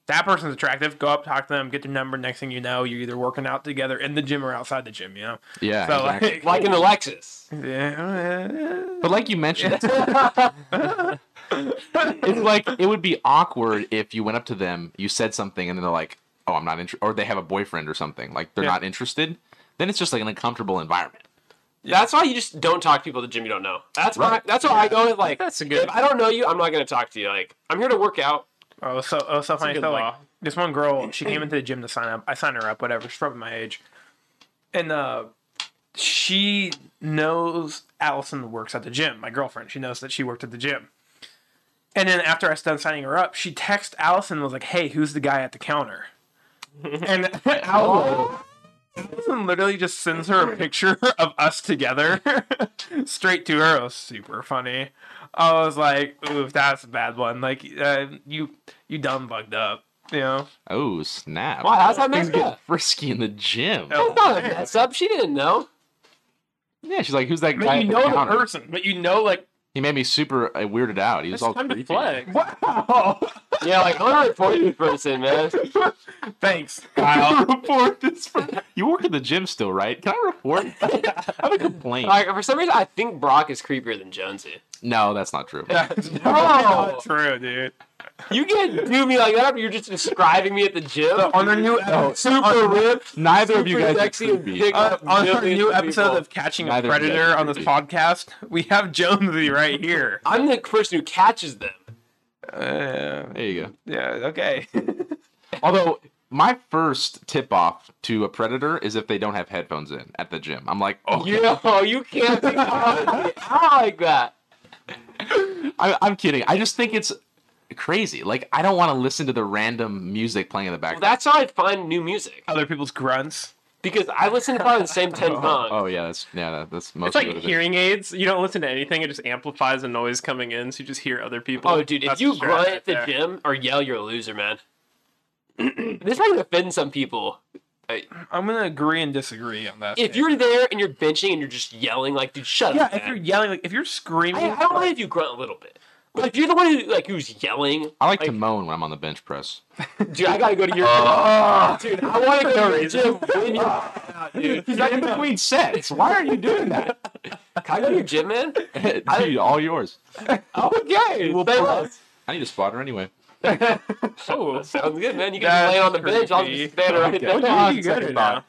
that person's attractive. Go up, talk to them, get their number. Next thing you know, you're either working out together in the gym or outside the gym. You know, Yeah, so exactly. like, like an Alexis. yeah, But like you mentioned, it's like it would be awkward if you went up to them, you said something, and then they're like, "Oh, I'm not interested," or they have a boyfriend or something. Like they're Yeah. not interested. Then it's just like an uncomfortable environment. That's why you just don't talk to people at the gym you don't know. That's why. Right. That's why I go with like. That's a good- If I don't know you, I'm not gonna talk to you. Like I'm here to work out. Oh, so oh, so funny. good So like law. this one girl, she came into the gym to sign up. I signed her up, whatever. She's probably my age, and uh, she knows Allison works at the gym. My girlfriend, she knows that she worked at the gym. And then after I was done signing her up, she texted Allison and was like, "Hey, who's the guy at the counter?" And Allison, Allison literally just sends her a picture of us together, straight to her. It was super funny. I was like, "Ooh, that's a bad one." Like, uh, you you dumb bugged up, you know? Oh snap! Wow, how's that Things messed getting up? frisky in the gym. Oh. That's not a mess up. She didn't know. Yeah, she's like, "Who's that I guy?" at mean, you the know the counter?" person, but you know, like, He made me super uh, weirded out. He was It's all time to creepy. flex. wow, Yeah, like I'm gonna report this person, man. thanks, I'll Kyle. report this. For- you work at the gym still, right? Can I report? I have a complaint. Like for some reason, I think Brock is creepier than Jonesy. No, that's not true. That's not true, dude. You can't do me like that after you're just describing me at the gym. So on our new Oh, episode, super ripped. Neither of you super guys are sexy and creepy. big uh, on our millions new of episode people. of Catching a Neither of you guys Predator are on this creepy. podcast, we have Jonesy right here. I'm the person who catches them. Uh, There you go. yeah, okay. Although my first tip off to a predator is if they don't have headphones in at the gym. I'm like, oh, Yo, you can't be out like that. I, I'm kidding. I just think it's crazy. Like, I don't want to listen to the random music playing in the Well, background. that's how I find new music Other people's grunts. because I listen to probably the same ten songs. oh yeah, that's yeah, that, that's most. It's like hearing aids. You don't listen to anything; it just amplifies the noise coming in, so you just hear other people. Oh, dude, if That's you a strat grunt right at the there. gym or yell, you're a loser, man. this might offend some people. I'm gonna agree and disagree on that. If statement. you're there and you're benching and you're just yelling, like, dude, shut up. yeah, if man. you're yelling, like if you're screaming, I, I don't mind if you grunt a little bit. But if you're the one who like who's yelling, I like, to moan when I'm on the bench press. dude, I gotta go to your dude. I want to go to your gym when you're out, dude. Can He's not in between sets. Why are you doing that? I go to your gym, man? Dude, all yours. Okay, well, pull I need a spotter anyway. Oh, sounds good, man. You can be laying on the bench. I'll creepy. just stand right Okay. there. what do you go to Second now? thought.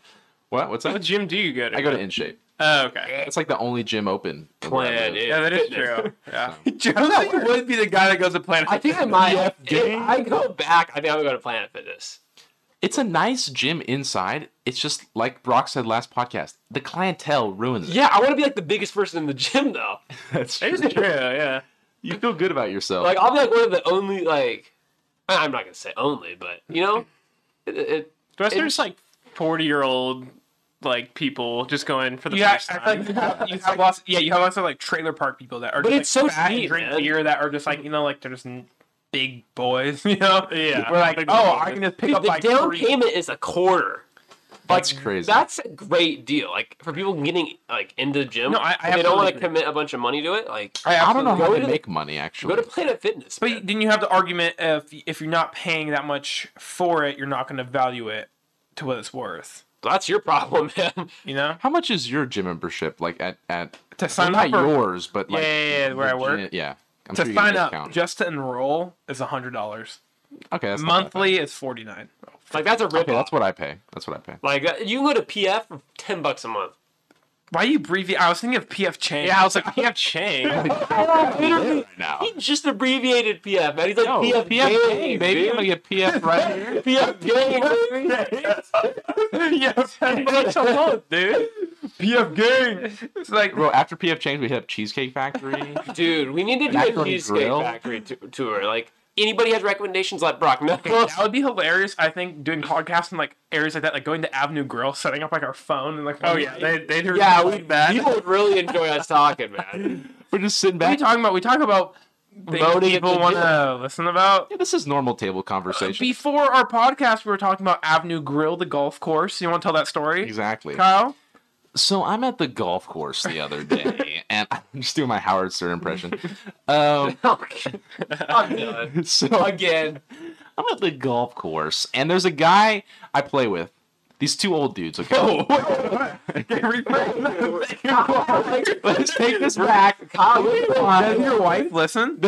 What? What's What that? gym do you go to? I go to InShape. Oh, okay. It's like the only gym open. where I Plan live. is Yeah, that is fitness. true. Yeah. Joe Joe would be the guy that goes to Planet. I think I might. EFJ. If I go back, I think I'm going to Planet Fitness. It's a nice gym inside. It's just like Brock said last podcast. The clientele ruins it. Yeah, I want to be like the biggest person in the gym though. that's It is true. Yeah. You feel good about yourself. Like I'll be like one of the only like. I- I'm not gonna say only, but you know, it, it, The rest are just like forty-year-old like people just going for the Yeah, first I time. feel like you have, you have lots. Yeah, you have lots of like trailer park people that are. But just, it's like, so fat and sweet, drink man. beer that are just like you know like they're just n- big boys. You know. Yeah, We're like, big oh, boys. I can just pick dude, up the like down three. payment is a quarter. that's crazy. That's a great deal. Like for people getting like into the gym, No, I- I and they don't absolutely want to agree. commit a bunch of money to it. Like I don't know Go how to they the- make money actually. go to Planet Fitness. But man. then you have the argument if if you're not paying that much for it, you're not going to value it to what it's worth. that's your problem, man. You know, How much is your gym membership? Like at at to well, sign not up for, yours, but like yeah, yeah, yeah, where I the work. gym- Yeah. I'm to sure you get a sign up discount. just to enroll is a hundred dollars. okay, that's not that bad. Monthly is forty nine. Like that's a rip Okay, that's what I pay. That's what I pay. Like uh, you can go to PF for ten bucks a month. Why you abbreviate? I was thinking of PF Chang. Yeah, I was like, you have Chang. Literally, Right now. he just abbreviated PF, man. He's like No, PF, PF gang, baby. dude. I'm gonna get PF right here. PF gang, baby. yes, dude. PF gang. It's like Bro, after PF Chang's, we hit up Cheesecake Factory. Dude, we need to do a Macaroni cheesecake Grill? factory t- tour. Like anybody has recommendations, let Brock know. that would be hilarious. I think doing podcasts in like areas like that, like going to Avenue Grill, setting up like our phone and like. oh yeah, they they do. yeah, we people would really enjoy us talking, man. We're just sitting What are we back. talking about? We talk about things Voting at people the want to listen about. Yeah, this is normal table conversation. Before our podcast, we were talking about Avenue Grill, the golf course. You want to tell that story, Exactly. Kyle? So I'm at the golf course the other day, and I'm just doing my Howard Stern impression. Um, Okay. I'm done. so Again, I'm at the golf course, and there's a guy I play with. These two old dudes. Okay, let's take this back. Kyle, you're Does your wife listen?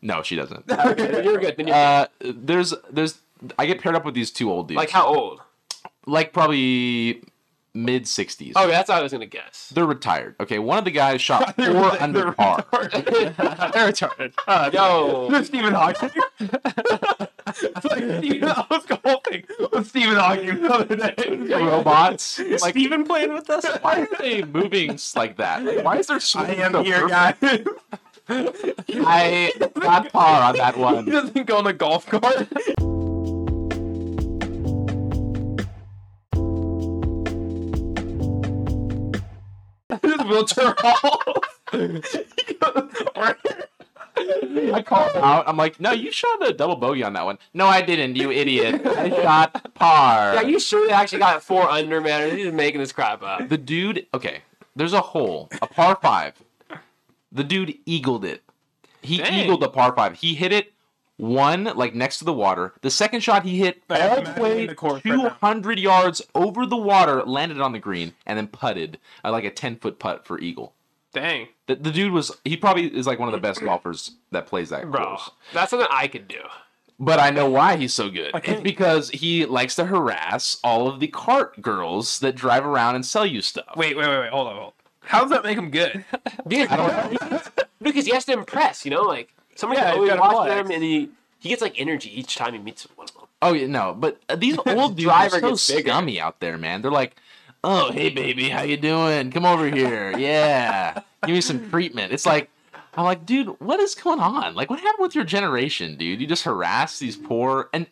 no, she doesn't. good. You're good. Then you're good. Uh, there's, there's. I get paired up with these two old dudes, Like how old? like probably mid 60s. Okay, that's what I was gonna guess. They're retired. Okay, one of the guys shot four under par. they're retarded. Uh, Yo, Stephen Hawking. it's like Stephen, I was the whole thing with Stephen Hawking the other day. Robots. Like, Steven playing with us. why are they moving s- like that? Like, why is there so I am here, guy. I got par on that he one. doesn't go on a golf cart. His wheelchair hauls. I called out. I'm like, no, you shot a double bogey on that one. No, I didn't, you idiot. I shot par. are you sure they actually got four under, man? Or are you just making this crap up? The dude, okay, there's a hole, a par five. The dude eagled it. He Dang. eagled the par five. He hit it one, like next to the water. The second shot he hit I all have the Matt way in the course right now. 200 yards over the water, landed on the green, and then putted uh, like a 10 foot putt for eagle. Dang. The, the dude was, he probably is like one of the best golfers that plays that Bro, course. that's something I could do. But I know why he's so good. Okay. It's because he likes to harass all of the cart girls that drive around and sell you stuff. Wait, wait, wait, wait. Hold on, hold. on. How does that make him good? Because, because he has to impress, you know, like somebody Yeah, he's always gotta watches flex. him, and he he gets like energy each time he meets one of them. Oh yeah, no, but uh, these old dudes are Driver so gets bigger. scummy out there, man. They're like, "Oh, hey baby, how you doing? Come over here, yeah, give me some treatment." It's like, I'm like, dude, what is going on? Like, what happened with your generation, dude? You just harass these poor and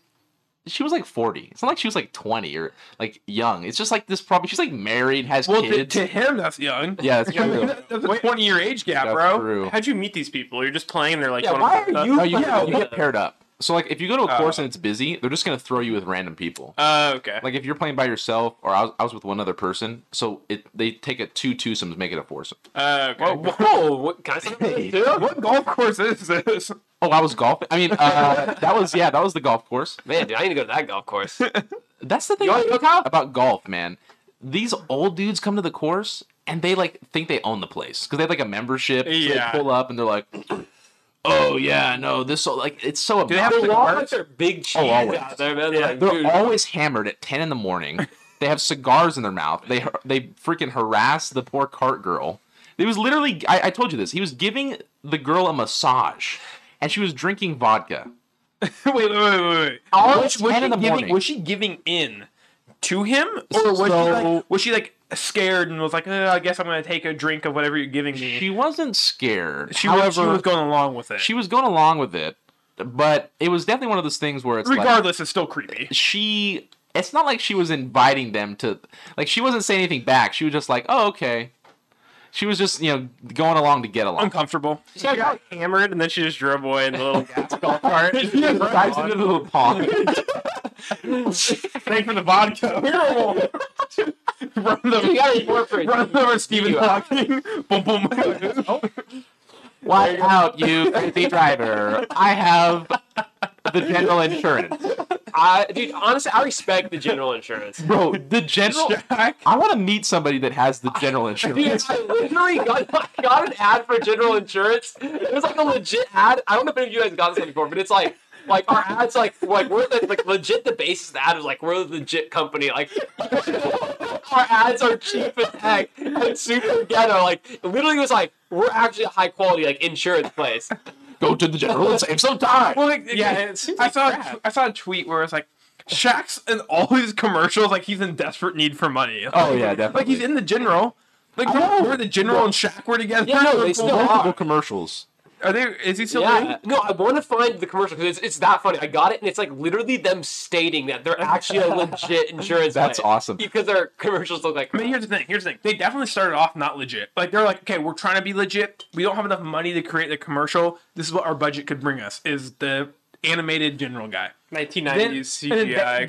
she was like 40. It's not like she was like 20 or like young. It's just like this problem. She's like married, has Well, to, kids. to him, that's young. yeah, that's I mean, true. that- that's a 20 year age gap, That's bro. true. How'd you meet these people? You're just playing and they're like, Yeah, "You why wanna- are you- No, you, Yeah, you get what- paired up. So like, if you go to a Oh. course and it's busy, they're just gonna throw you with random people. Uh, okay. like if you're playing by yourself or I was, I was with one other person so it they take a two twosomes make it a foursome Uh, okay. Whoa, Oh, whoa, what kind of something too? What golf course is this? oh i was golfing i mean uh, that was yeah that was the golf course Man, dude, I need to go to that golf course. that's the thing You wanna go, Kyle? about golf man these old dudes come to the course and they like think they own the place because they have like a membership so Yeah. they pull up and they're like oh yeah no this so like it's so they have obnoxious. to- The Walnuts are big cheese Oh, always. out there, man. like, They're dude, always hammered at ten in the morning. They have cigars in their mouth. They they freaking harass the poor cart girl. It was literally I, I told you this. He was giving the girl a massage, and she was drinking vodka. wait, wait, wait, wait, wait. All was, at was 10 she in the giving, morning. was she giving in to him, or was she So- like was she like scared and was like, "Uh, I guess I'm gonna take a drink of whatever you're giving me? She wasn't scared. She However, was, she was going along with it. going along with it, but it was definitely one of those things where it's like Regardless, it's still creepy. she. It's not like she was inviting them to, like she wasn't saying anything back. She was just like, oh okay. She was just you know going along to get along. Uncomfortable. She got hammered and then she just drove away in the little gas golf cart. Dives into the little pond. Thanks for the vodka. Terrible. run you the gotta incorporate. run over Stephen You- Hawking. boom, boom. oh, Watch out, you crazy driver. I have the general insurance. I, dude, honestly, I respect the general insurance. Bro, the general. Jack. I want to meet somebody that has the general Dude, insurance. I literally got, I got an ad for General Insurance. It was like a legit ad. I don't know if any of you guys got this one before, but it's like, like our ads, like like we're like, like legit. The basis of the ad is like we're a legit company. Like our ads are cheap as heck and super ghetto. Like it literally was like we're actually a high quality like insurance place. Go to the general and save some time. Well, like, Yeah, yeah, it seems I like saw crap. I saw a tweet where it's like Shaq's in all his commercials, like he's in desperate need for money. Oh, yeah, Like he's definitely. in the general. Like remember where the general and Shaq were together. Yeah, no, they still are. commercials. Are they? Is he still? Yeah, doing- no, I want to find the commercial because it's, it's that funny. I got it, and it's like literally them stating that they're actually a legit insurance. That's place. awesome. because their commercials look like. I mean, here's the thing. Here's the thing. They definitely started off not legit. Like they're like, okay, we're trying to be legit. We don't have enough money to create the commercial. This is what our budget could bring us. Is the animated general guy. 1990s then- Then, CGI.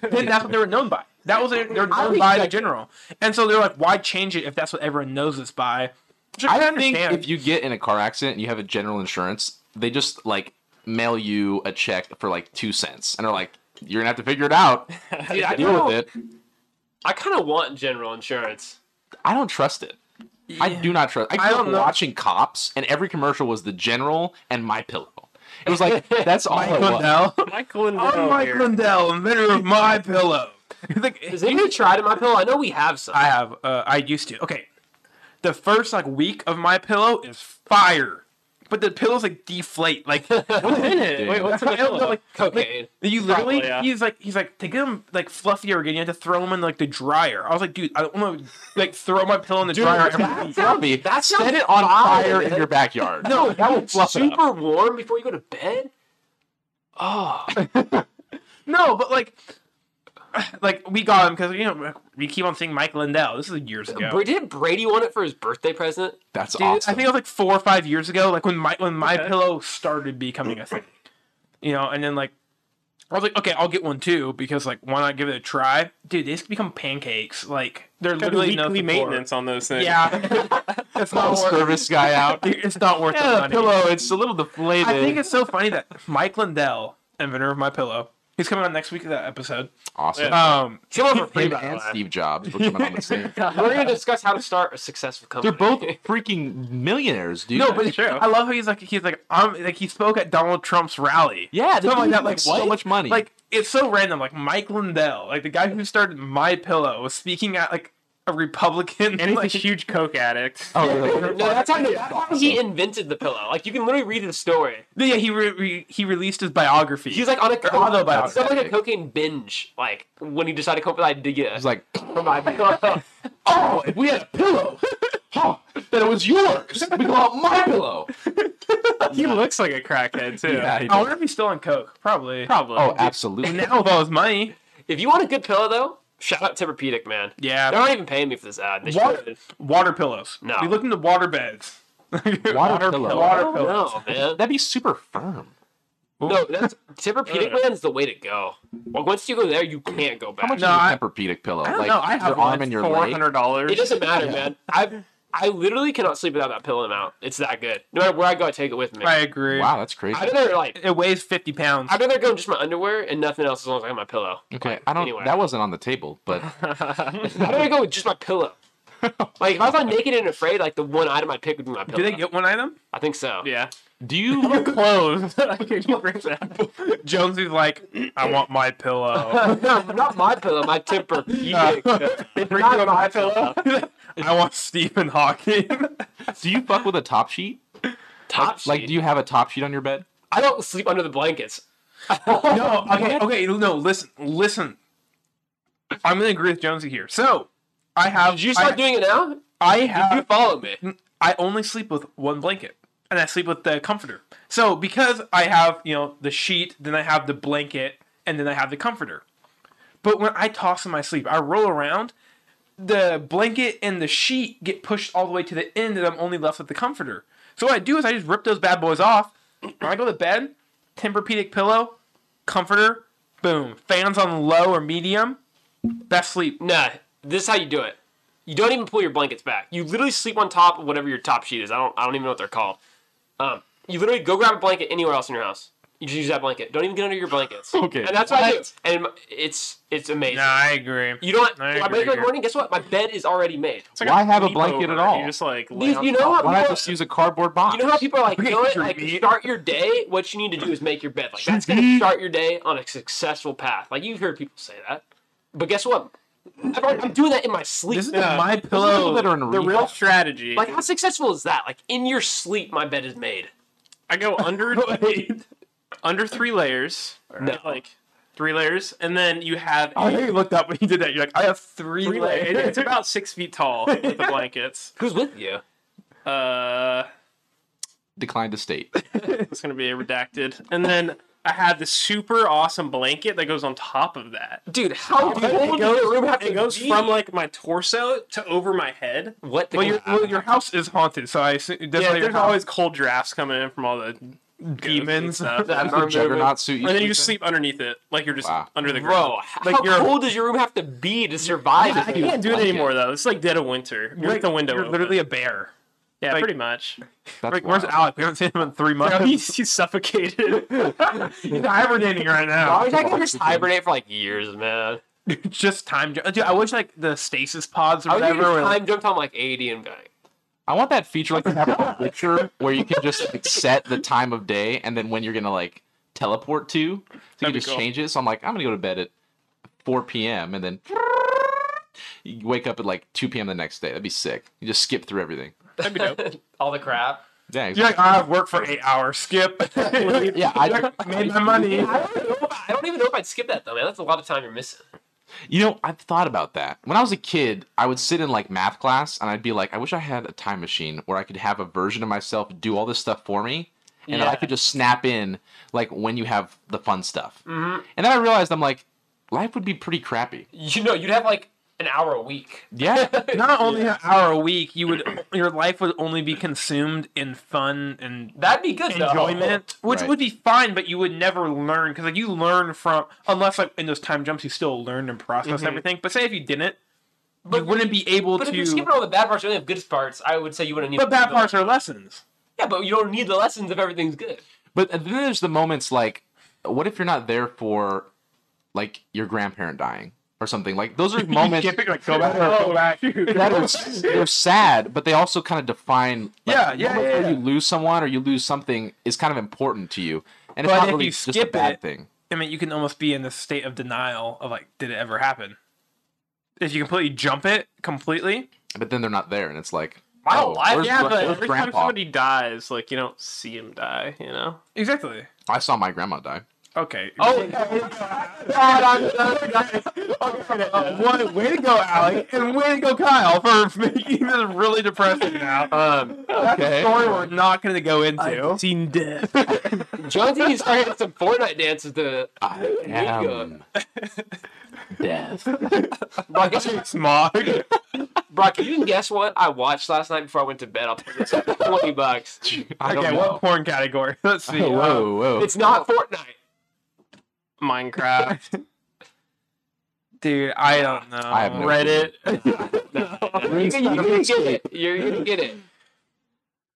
then- then that's what they were known by. That was their, they're known think by the that- general. And so they're like, why change it if that's what everyone knows us by? Which I, I think understand. if you get in a car accident and you have a general insurance, they just like mail you a check for like two cents, and they're like, "You're gonna have to figure it out. Dude, I Deal don't- with it." I kind of want general insurance. I don't trust it. I do not trust. I, I grew don't up know. watching cops, and every commercial was the general and my pillow. It was like that's all it was. Michael and I'm Will Mike here. Lindell, inventor of my pillow. Does anybody try to my pillow? I know we have some. I have. Uh, I used to. Okay, the first like week of my pillow is fire, but the pillows like deflate. Like What's in it? Wait, what's in the I don't know, pillow? like- Cocaine. you literally. Probably, yeah. He's like he's like to get them like fluffier again. You have to throw them in like the dryer. I was like, dude, I don't want to like throw my pillow in the dryer every week. Tell me, that set sounds it on fine. fire in your backyard. no, that would fluff it super warm before you go to bed. Oh, No, but like. Like we got him because you know like, we keep on seeing Mike Lindell. This is years ago. Bra- didn't Brady want it for his birthday present? That's Dude, awesome. I think it was like four or five years ago, like when my when my Okay. pillow started becoming a thing. You know, and then like I was like, okay, I'll get one too because like why not give it a try? Dude, these become pancakes. Like they're Gotta do literally no weekly support. maintenance on those things. Yeah, it's not Call worth. service guy out. Dude, it's not worth yeah, the the money. pillow. It's a little deflated. I think it's so funny that Mike Lindell, inventor of my pillow, he's coming on next week of that episode. awesome. Yeah. Um, Come over for free, Him by the and way. Steve Jobs were coming on the same. We're gonna discuss how to start a successful They're company. both freaking millionaires, dude. no, but true. I love how he's like he's like um like he spoke at Donald Trump's rally. yeah, something like that. Like so what? much money. Like it's so random. Like Mike Lindell, like the guy who started My Pillow, was speaking at like a Republican. And he's like- a huge coke addict. Oh, really? No, that's how, that's how he invented the pillow. Like you can literally read the story. yeah, he re- re- he released his biography. He's like on a co- autobiography. he's on like a cocaine binge. Like when he decided to come up with the idea He's like, for my pillow. oh, if we had a pillow, huh, then it was yours. We call it my pillow. He looks like a crackhead too. Yeah, he I does. wonder if he's still on coke. Probably. Probably. Oh, And absolutely. now with all his money. If you want a good pillow though, shout out Tempur-Pedic, man. Yeah. They're not even paying me for this ad. They Water, should. water pillows. No. We looked into water beds. water, pillow. Water pillows. No, man. That'd be super firm. No, that's Tempur-Pedic, man, is the way to go. Like once you go there, you can't go back. How much No, is I- a Tempur-Pedic pillow? I don't like know, I have your one. arm and your Four leg. hundred dollars. It doesn't matter, man. I I literally cannot sleep without that pillow amount. It's that good. No matter where I go, I take it with me. I agree. Wow, that's crazy. I'd rather like It weighs 50 pounds. I'd rather go in just my underwear and nothing else as long as I have my pillow. Okay, I don't. anyway. That wasn't on the table, but I'd rather go with just my pillow. Like if I was on naked and afraid, like the one item I pick would be my pillow. Do they get one item? I think so. yeah. do you? Clothes. I can't bring that. Jonesy's like, I want my pillow. no, not my pillow, my temper. Uh, they bring you a my pillow. I want Stephen Hawking. Do you fuck with a top sheet? Top sheet. Like, do you have a top sheet on your bed? I don't sleep under the blankets. no, okay, okay, no, listen, listen. I'm gonna agree with Jonesy here. So, I have. Did you start I, doing it now? I You have. follow me. I only sleep with one blanket, and I sleep with the comforter. So, because I have, you know, the sheet, then I have the blanket, and then I have the comforter. But when I toss in my sleep, I roll around. The blanket and the sheet get pushed all the way to the end, and I'm only left with the comforter. So what I do is I just rip those bad boys off. When I go to bed, Tempur-Pedic pillow, comforter, boom. Fans on low or medium, best sleep. Nah, this is how you do it. You don't even pull your blankets back. You literally sleep on top of whatever your top sheet is. I don't. I don't even know what they're called. Um, you literally go grab a blanket anywhere else in your house. You just use that blanket. Don't even get under your blankets. Okay. And that's what, I do. And it's it's amazing. I agree. You don't. I I, agree. wake up in the morning. Guess what? My bed is already made. It's Why a have a sleepover. blanket at all? You just like lay You, on you know how top. Why not people, just use a cardboard box? you know how people are like, you know what? Dreamy. Like start your day. What you need to do is make your bed. Like that's gonna start your day on a successful path. Like you've heard people say that. But guess what? I've already, I'm doing that in my sleep. This is my people that are pillow. in the rehab. real strategy. Like how successful is that? Like in your sleep, my bed is made. I go under under three layers. No. Like three layers, and then you have I think you looked up when you did that. You're like, I have three, three layers. It's about six feet tall with the blankets. Who's with you? Uh, Declined to state. it's gonna be redacted, and then. I have this super awesome blanket that goes on top of that. Dude, how old does your room have to It goes be? from like my torso to over my head. what the Well, your well, your house is haunted, so I assume that's yeah, why your there's house- always cold drafts coming in from all the demons. That stuff. That's arm the movement. juggernaut suit. and then you just sleep underneath it, like you're just Wow. under the ground. Bro, how Like, you're- cold does your room have to be to survive? Yeah, I this? can't can't do it Blanket. anymore though. It's like dead of winter. You're You're with the window. You're open. literally a bear. yeah, like- pretty much. That's Like, where's wild. Alec? We haven't seen him in three months. he's, he's suffocated. he's hibernating right I now. wish I could just hibernate for like years, man. Just time. ju- Dude, I wish like the stasis pods or I wish I whatever. could were, just like- time jumped on like 80 and be like, I want that feature like they have on Witcher, where you can just like, set the time of day and then when you're gonna like teleport to. So you That'd can be just cool. change it. So I'm like, I'm gonna go to bed at 4 p.m. and then you wake up at like 2 p.m. the next day. That'd be sick. You just skip through everything. That'd be dope. all the crap. Yeah, You're like, I have worked for eight hours. Skip. yeah, I, made my money. I don't, even know if I, I don't even know if I'd skip that though, man. That's a lot of time you're missing. you know, I've thought about that. When I was a kid, I would sit in like math class and I'd be like, I wish I had a time machine where I could have a version of myself do all this stuff for me and that I Yeah. could just snap in like when you have the fun stuff. And then I realized I'm like, life would be pretty crappy. You know, you'd have like an hour a week. Yeah. Not only an hour a week, you would your life would only be consumed in fun and That'd be good though. enjoyment, which Right. would be fine, but you would never learn because like you learn from unless like in those time jumps you still learn and process everything. But say if you didn't, But you wouldn't be able But if you're to. skipping all the bad parts, you only have good parts. I would say you wouldn't need. But bad parts are lessons. Yeah, but you don't need the lessons if everything's good. But then there's the moments like, what if you're not there for like your grandparent dying or something? Like those are moments Skip it, like go back, go back. that are s- they're sad, but they also kind of define like, Yeah, the yeah, moment yeah, where yeah. you lose someone or you lose something is kind of important to you. And it's But not if really you just a skip bad it- thing. I mean, you can almost be in this state of denial of like, did it ever happen? if you completely jump it completely. But then they're not there, and it's like, My whole oh, life, where's- yeah, where- but where's every time grandpa? somebody dies, like you don't see him die, you know. Exactly. I saw my grandma die. Okay. Oh, God, I'm done, guys. One way to go, Alec, and way to go, Kyle, for making this really depressing now. Um, That's a okay. story we're not going to go into. seen death. Jonesy needs to start hitting some Fortnite dances to. I am death. Brock, you- Smog. Brock, you can guess what I watched last night before I went to bed. I'll put this up for twenty bucks. I don't okay, know. what porn category? Let's see. Oh, Uh, whoa, whoa. It's not Fortnite. uh, Minecraft. dude, I don't know. I have no Reddit, You're gonna, you're gonna get it. You're gonna get it.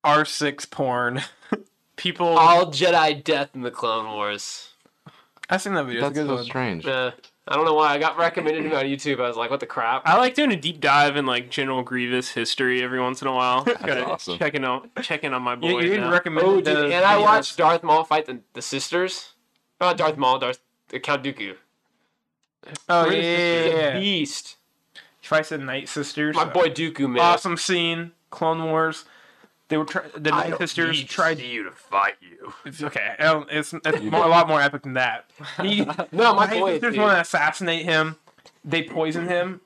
R6 porn. People. Oh, All Jedi death in the Clone Wars. I've seen that video. That's That's a good so one. strange. Uh, I don't know why I got recommended to me on YouTube. I was like, what the crap? I like doing a deep dive in like General Grievous history every once in a while. Gotta awesome. Checking on checking on my boy. You, you didn't now. recommend Oh, dude, the- and I the- watched Darth Maul fight the, the sisters. Not Darth Maul, Darth uh, Count Dooku. Oh, yeah, He's yeah, a yeah, yeah. Beast. If I said Night Sisters. uh, My boy uh, Dooku, man. Awesome scene. Clone Wars. They were try- the Night Sisters tried you to fight you. It's okay. I don't- It's, it's more, a lot more epic than that. He, No, my my boy. sisters dude. want to assassinate him. They poison him,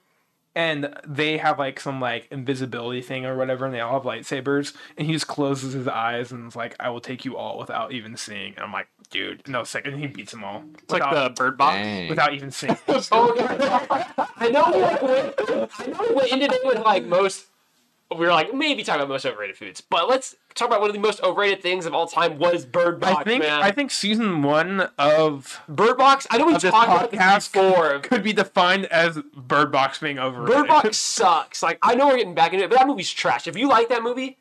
and they have like some like invisibility thing or whatever, and they all have lightsabers. And he just closes his eyes and is like, "I will take you all without even seeing." And I'm like, "Dude, no second. He beats them all It's like the Bird Box. Dang. uh, without even seeing. Oh, God. I know we like went, I know we ended up with like most we were like maybe talking about most overrated foods, but let's talk about one of the most overrated things of all time was Bird Box, I think man. I think season one of Bird Box, I know we of talked about this this podcast before. could be defined as Bird Box being overrated. Bird Box sucks. Like I know we're getting back into it, but that movie's trash. If you like that movie,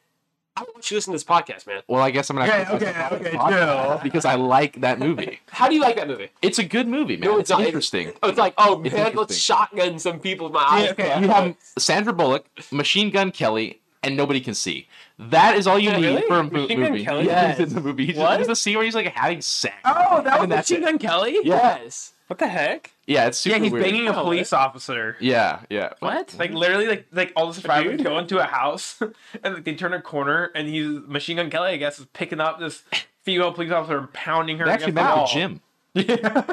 I want you to listen to this podcast, man. Well, I guess I'm gonna. Okay, have to- okay, okay, podcast chill. Because I like that movie. How do you like that movie? It's a good movie, man. No, it's it's not. interesting. Oh, it's like, oh man, let's interesting. shotgun some people with my eyes. Yeah, okay. You have Sandra Bullock, Machine Gun Kelly, and nobody can see. That is all you need Really? for a mo- Machine Gun movie. Kelly? Yes. in the movie. He's Just, What? there's a scene where he's like having sex. Oh, that was And that's Machine it. Gun Kelly. Yes. What the heck? Yeah, it's super Yeah, he's weird. banging a Oh, police officer. Yeah, yeah. What? Like literally, like like all the survivors go into a house and like they turn a corner and he's Machine Gun Kelly, I guess, is picking up this female police officer and pounding her That actually against the met wall. with Jim. Yeah.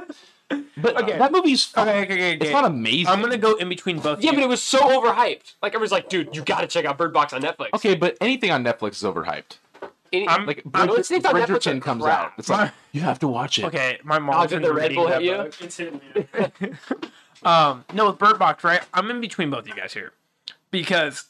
But uh, Okay. that movie's fun. okay, okay, okay. It's not amazing. I'm gonna go in between both. Yeah, you. but it was so overhyped. Like everyone's like, dude, you gotta check out Bird Box on Netflix. Okay, but anything on Netflix is overhyped. Any- I'm- Like I don't think on Netflix Bridgerton it's comes crap. out. It's like you have to watch it. okay. My Oh, mom's did been the Red reading Bull that hit you? book. Um, no, with Bird Box, right? I'm in between both of you guys here because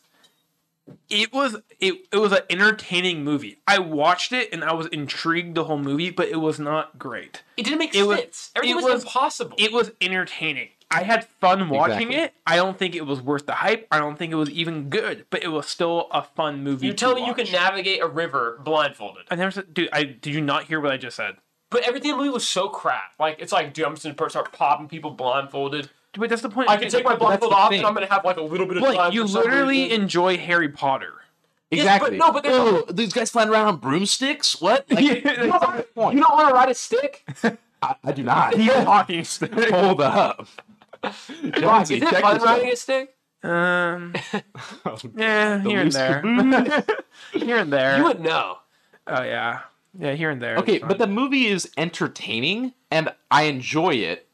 it was it it was an entertaining movie. I watched it and I was intrigued the whole movie, but it was not great. It didn't make It was- sense. Everything it was, was- impossible. It was entertaining. I had fun watching Exactly. it. I don't think it was worth the hype. I don't think it was even good, but it was still a fun movie. you tell to me you can watch. navigate a river blindfolded. I never said, dude. I did you not hear what I just said? But everything in the movie was so crap. Like it's like, dude, I'm just gonna start popping people blindfolded. Dude, But that's the point. I can take my that's blindfold the off thing. and I'm gonna have like a little bit of Blake, time. you for some literally reason. enjoy Harry Potter. Exactly. Yes, but no, but there's- Oh, these guys flying around on broomsticks. What? Like, Yeah. what's the point? You don't want to ride a stick? I, I do not. talking Hold up. Rock, Jonesy, is it check fun yourself. riding a stick? Um, Oh, yeah, here and loose there, here and there. You would know. Oh yeah, yeah, here and there. Okay, It's but fine. the movie is entertaining and I enjoy it.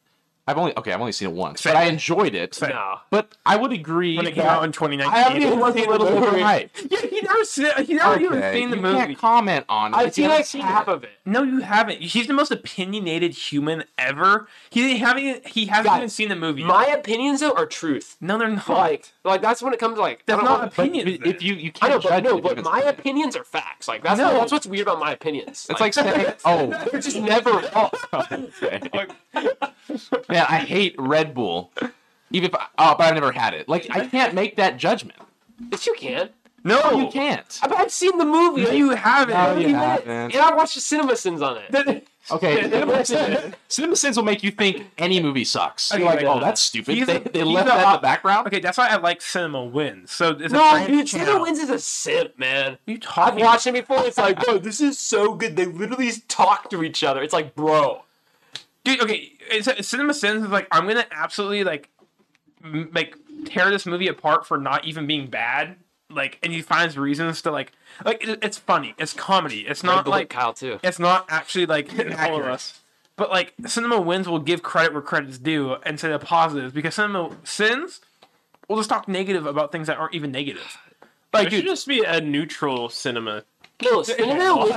I've only okay, I've only seen it once, but I enjoyed it. No. But I would agree. when it came that out in 2019, I haven't even seen it. Right. yeah, he never, se- he never even seen the you movie. can't comment on. it I've if you haven't seen like half it. of it. No, you haven't. He's the most opinionated human ever. He didn't have even, he hasn't Guys, even seen the movie. My opinions though are truth. no, they're not. Like, like that's when it comes to like I that's don't not want- But opinions. then. if you you I can't know, but judge it no, if but it's- my opinions are facts. Like that's No. that's what's weird about my opinions. It's like saying, oh, they're just never wrong. man, I hate Red Bull. Even if I, oh, but I've never had it. Like I can't make that judgment. Yes, you can. no, You can't. But I've seen the movie. No, you haven't. No, you Even- haven't. Oh, and I watched the CinemaSins on it. Okay, CinemaSins will make you think any movie sucks. You're Okay, like, like, oh, that's stupid. he's They, a- they he's left a- that in the background. Okay, that's why I like Cinema Wins. So it's a No, brand dude, channel. Cinema Wins is a simp, man. You I've talking? watched it before. It's like, bro, this is so good. They literally talk to each other. It's like, bro, dude. Okay, it's, Cinema Sins is like I'm gonna absolutely like m- like tear this movie apart for not even being bad. Like, and he finds reasons to like, like it, it's funny, it's comedy, it's not But like Kyle too. it's not actually like all of accurate. us. But like Cinema Wins will give credit where credit's due and say the positives because Cinema Sins will just talk negative about things that aren't even negative. Like It should dude, just be a neutral cinema. No, Cinema wins.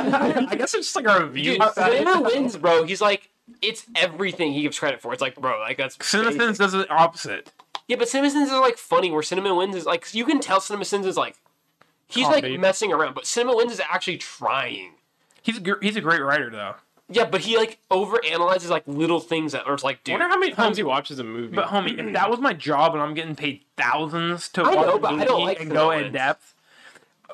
I guess it's just like a review. Dude, Cinema wins, bro. He's like, it's everything he gives credit for. It's like, bro, like that's Cinema basic. Sins does the opposite. Yeah, but CinemaSins is like funny. Where Cinema Wins is like you can tell CinemaSins is like he's Comedy. like messing around, but Cinema Wins is actually trying. He's a, gr- he's a great writer though. Yeah, but he like overanalyzes like little things that are like, I dude. wonder how many times he watches a movie. But homie, if that was my job and I'm getting paid thousands to I watch know, a but I movie don't like and go cinema in wins. depth,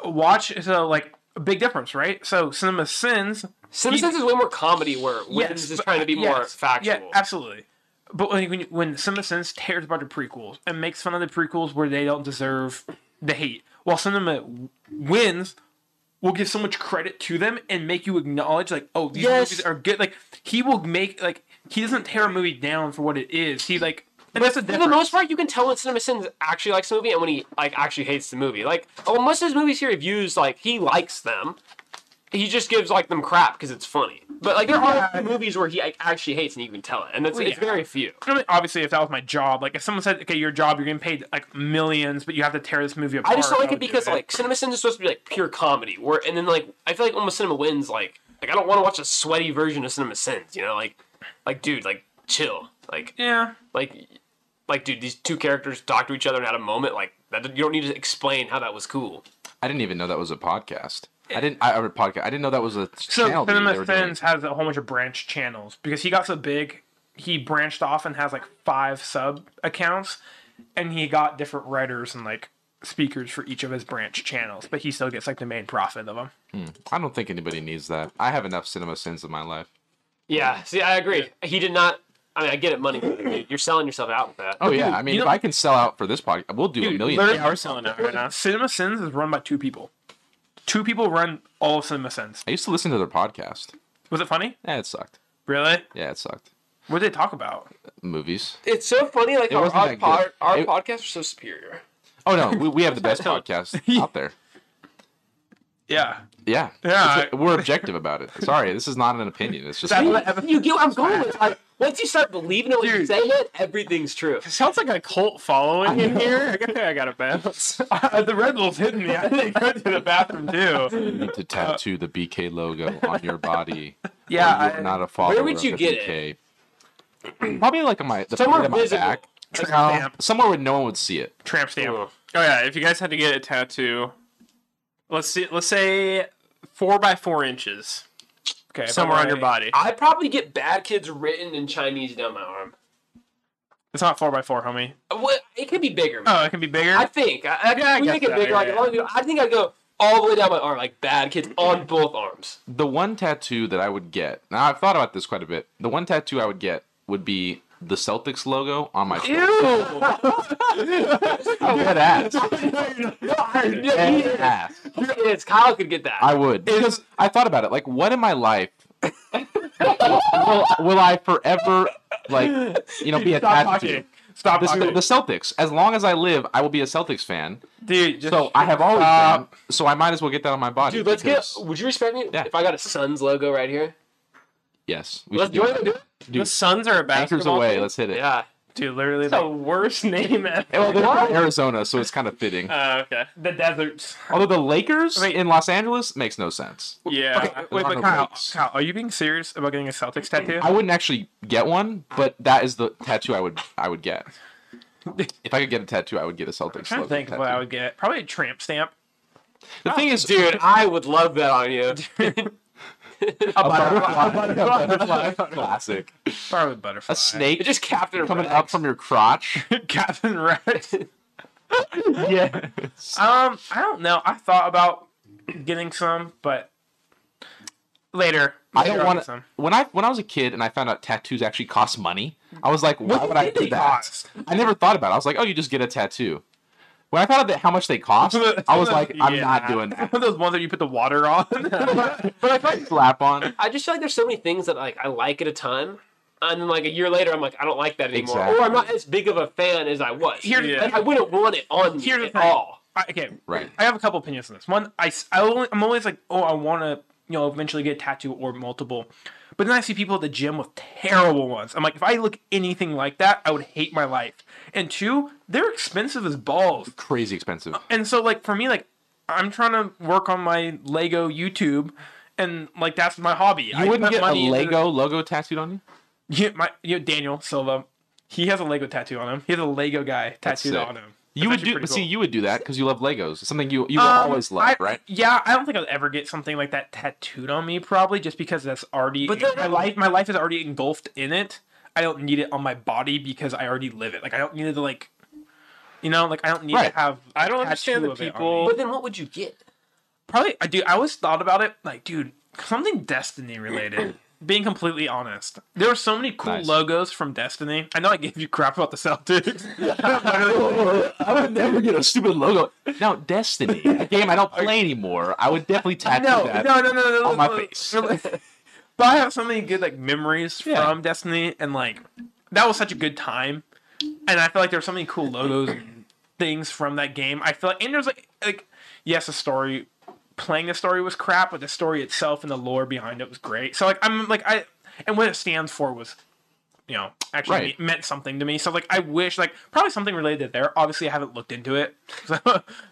watch so like a big difference, right? So Cinema Sins, CinemaSins is way more comedy, where Wins is yes, but- uh, trying to be more yes, factual. Yeah, absolutely. But when when, when CinemaSins tears about the prequels and makes fun of the prequels where they don't deserve the hate, while Cinema wins, will give so much credit to them and make you acknowledge like, oh, these Yes. movies are good. Like he will make like he doesn't tear a movie down for what it is. He like and that's a For difference. the most part, you can tell when CinemaSins actually likes the movie and when he like actually hates the movie. Like, oh, most of his movies he reviews, like he likes them. He just gives like them crap because it's funny. But like there are Yeah. movies where he like, actually hates and you can tell it, and it's, Well, it's yeah. very few. I mean, obviously, if that was my job, like if someone said, "Okay, your job, you're getting paid like millions, but you have to tear this movie apart," I just don't like it would do because like CinemaSins is supposed to be like pure comedy, where and then like I feel like almost Cinema Wins like like I don't want to watch a sweaty version of CinemaSins, you know, like like dude, like chill, like yeah, like like dude, these two characters talk to each other and had a moment, like that you don't need to explain how that was cool. I didn't even know that was a podcast. I didn't. I, I podcast. I didn't know that was a so channel. that they Cinema were doing. Sins has a whole bunch of branch channels because he got so big, he branched off and has like five sub accounts, and he got different writers and like speakers for each of his branch channels, but he still gets like the main profit of them. I don't think anybody needs that. I have enough cinema sins in my life. Yeah, see, I agree. He did not. I mean, I get it, money. but dude, You're selling yourself out with that. Oh yeah, I mean, you if know- I can sell out for this podcast, we'll do a Dude, million. literally- yeah, we're selling out right now. Cinema Sins is run by two people. Two people run all of Cinema Sins. I used to listen to their podcast. Was it funny? Yeah, it sucked. Really? Yeah, it sucked. What did they talk about? Movies. It's so funny. Like It wasn't that good. It- podcasts are so superior. Oh no, we, we have the best podcast out there. Yeah. Yeah, Yeah, It's- we're objective about it. Sorry, this is not an opinion. It's just That's what You, you get what I'm going with. Like, once you start believing it when you Dude. say it, everything's true. It sounds like a cult following in here. I gotta- I got a bounce. Uh, the Red Bull's hitting me. I didn't go to the bathroom too. you need to tattoo the BK logo on your body. or Yeah, you're I- not a follower. would of you the get BK. Probably like on my the Somewhere front of my visible. back. Tramp No, stamp. somewhere where no one would see it. Tramp stamp. Ugh. Oh yeah, if you guys had to get a tattoo, let's see, let's say four by four inches Okay. somewhere on your body. body. I probably get bad kids written in Chinese down my arm. It's not four by four, homie. What? It could be bigger. man. Oh, it can be bigger. I think. I, I, Yeah, I we guess make it so, bigger. yeah, like, yeah. as long as you- I think I'd go all the way down my arm, like bad kids on both arms. The one tattoo that I would get. Now I've thought about this quite a bit. The one tattoo I would get would be the Celtics logo on my. Ew! Dead ass. Yeah, Dead yeah, ass. Yes, Kyle could get that. I would because I thought about it. Like, what in my life will, will I forever like you know be attached to? Stop This, talking. the Celtics. As long as I live, I will be a Celtics fan. Dude, just So I have always Stop. been. So I might as well get that on my body. Dude, let's get. because- Would you respect me Yeah. if I got a Suns logo right here? Yes, we Let's should do do it. it. dude. the Suns are a Anchors basketball. away. team. Let's hit it. Yeah. dude, literally That's like, the worst name ever. Well, they're from Arizona, so it's kind of fitting. Uh, okay. the deserts. Although the Lakers in Los Angeles makes no sense. Yeah. Okay, wait, on but the Kyle, lakes. Kyle, are you being serious about getting a Celtics tattoo? I wouldn't actually get one, but that is the tattoo I would I would get. If I could get a tattoo, I would get a Celtics. trying to logo think of tattoo. what I would get. Probably a tramp stamp. The thing is, Dude, I would love that on you. a butterfly, a butterfly, classic. Probably a butterfly. A snake Just Captain coming Rex. up from your crotch. Captain Rex. yeah. Um, I don't know. I thought about getting some, but later. I don't want some. to. When I when I was a kid and I found out tattoos actually cost money, I was like, why would I did do they that? cost? I never thought about it. I was like, oh, you just get a tattoo. When I found out that how much they cost, I was like, I'm Yeah. not doing that. One of those ones that you put the water on. But I feel like slap on. I just feel like there's so many things that like I like at a time, and then like a year later, I'm like, I don't like that anymore, Exactly. or I'm not as big of a fan as I was. Here's the Yeah. Like, I wouldn't want it on Here's here the at thing. all. I, okay, Right. I have a couple opinions on this. One, I, s- I only, I'm always like, oh, I want to, you know, eventually get a tattoo or multiple. But then I see people at the gym with terrible ones. I'm like, if I look anything like that, I would hate my life. And two, they're expensive as balls. Crazy expensive. And so, like, for me, like, I'm trying to work on my Lego YouTube, and like, that's my hobby. You wouldn't get a Lego logo tattooed on you? Yeah, my you know, Daniel Silva, he has a Lego tattoo on him. He has a Lego guy tattooed sick. on him. You would That's actually do. pretty but See, cool. you would do that because you love Legos. It's something you you Um, always love, I- right? Yeah, I don't think I'll ever get something like that tattooed on me, probably just because that's already But then- my life. My life is already engulfed in it. I don't need it on my body because I already live it. Like I don't need it to like, you know, like I don't need Right. to have. I a don't understand tattoo the of it on people- me. But then what would you get? Probably, I do. I always thought about it, like, dude, something Destiny related. Being completely honest, there were so many cool Nice. logos from Destiny. I know I gave you crap about the Celtics. I would never get a stupid logo. Now, Destiny, a game I don't play anymore. I would definitely tattoo no, that. no, no, no, no, no, on my no, no. face. but I have so many good like memories Yeah. from Destiny, and like that was such a good time. And I feel like there were so many cool logos and things from that game. I feel like, and there's like, like yes, the story, playing the story was crap, but the story itself and the lore behind it was great. So like I'm like I, and what it stands for was. You know, actually Right. me- meant something to me. So, like, I wish, like, probably something related there. Obviously, I haven't looked into it. So,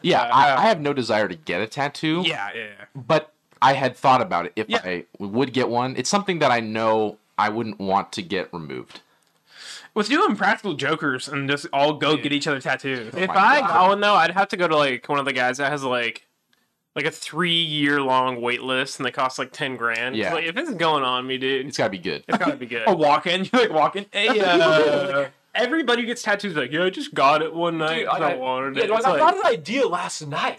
Yeah, uh, I, I have no desire to get a tattoo. yeah, yeah, yeah. but I had thought about it if Yeah. I would get one. It's something that I know I wouldn't want to get removed. Let's do impractical jokers and just all go get each other tattoos. If my I God. go in though, Oh, I'd have to go to like one of the guys that has like like a three year long wait list and they cost like ten grand. Yeah. Like, if it's going on me, dude, It's it's got to be good. gotta be good. Or walk in, you like walk in. Hey, uh, Everybody who gets tattoos like, yeah, I just got it one night Dude, 'cause I, I- wanted Yeah, it. like, It's I like- got an idea last night.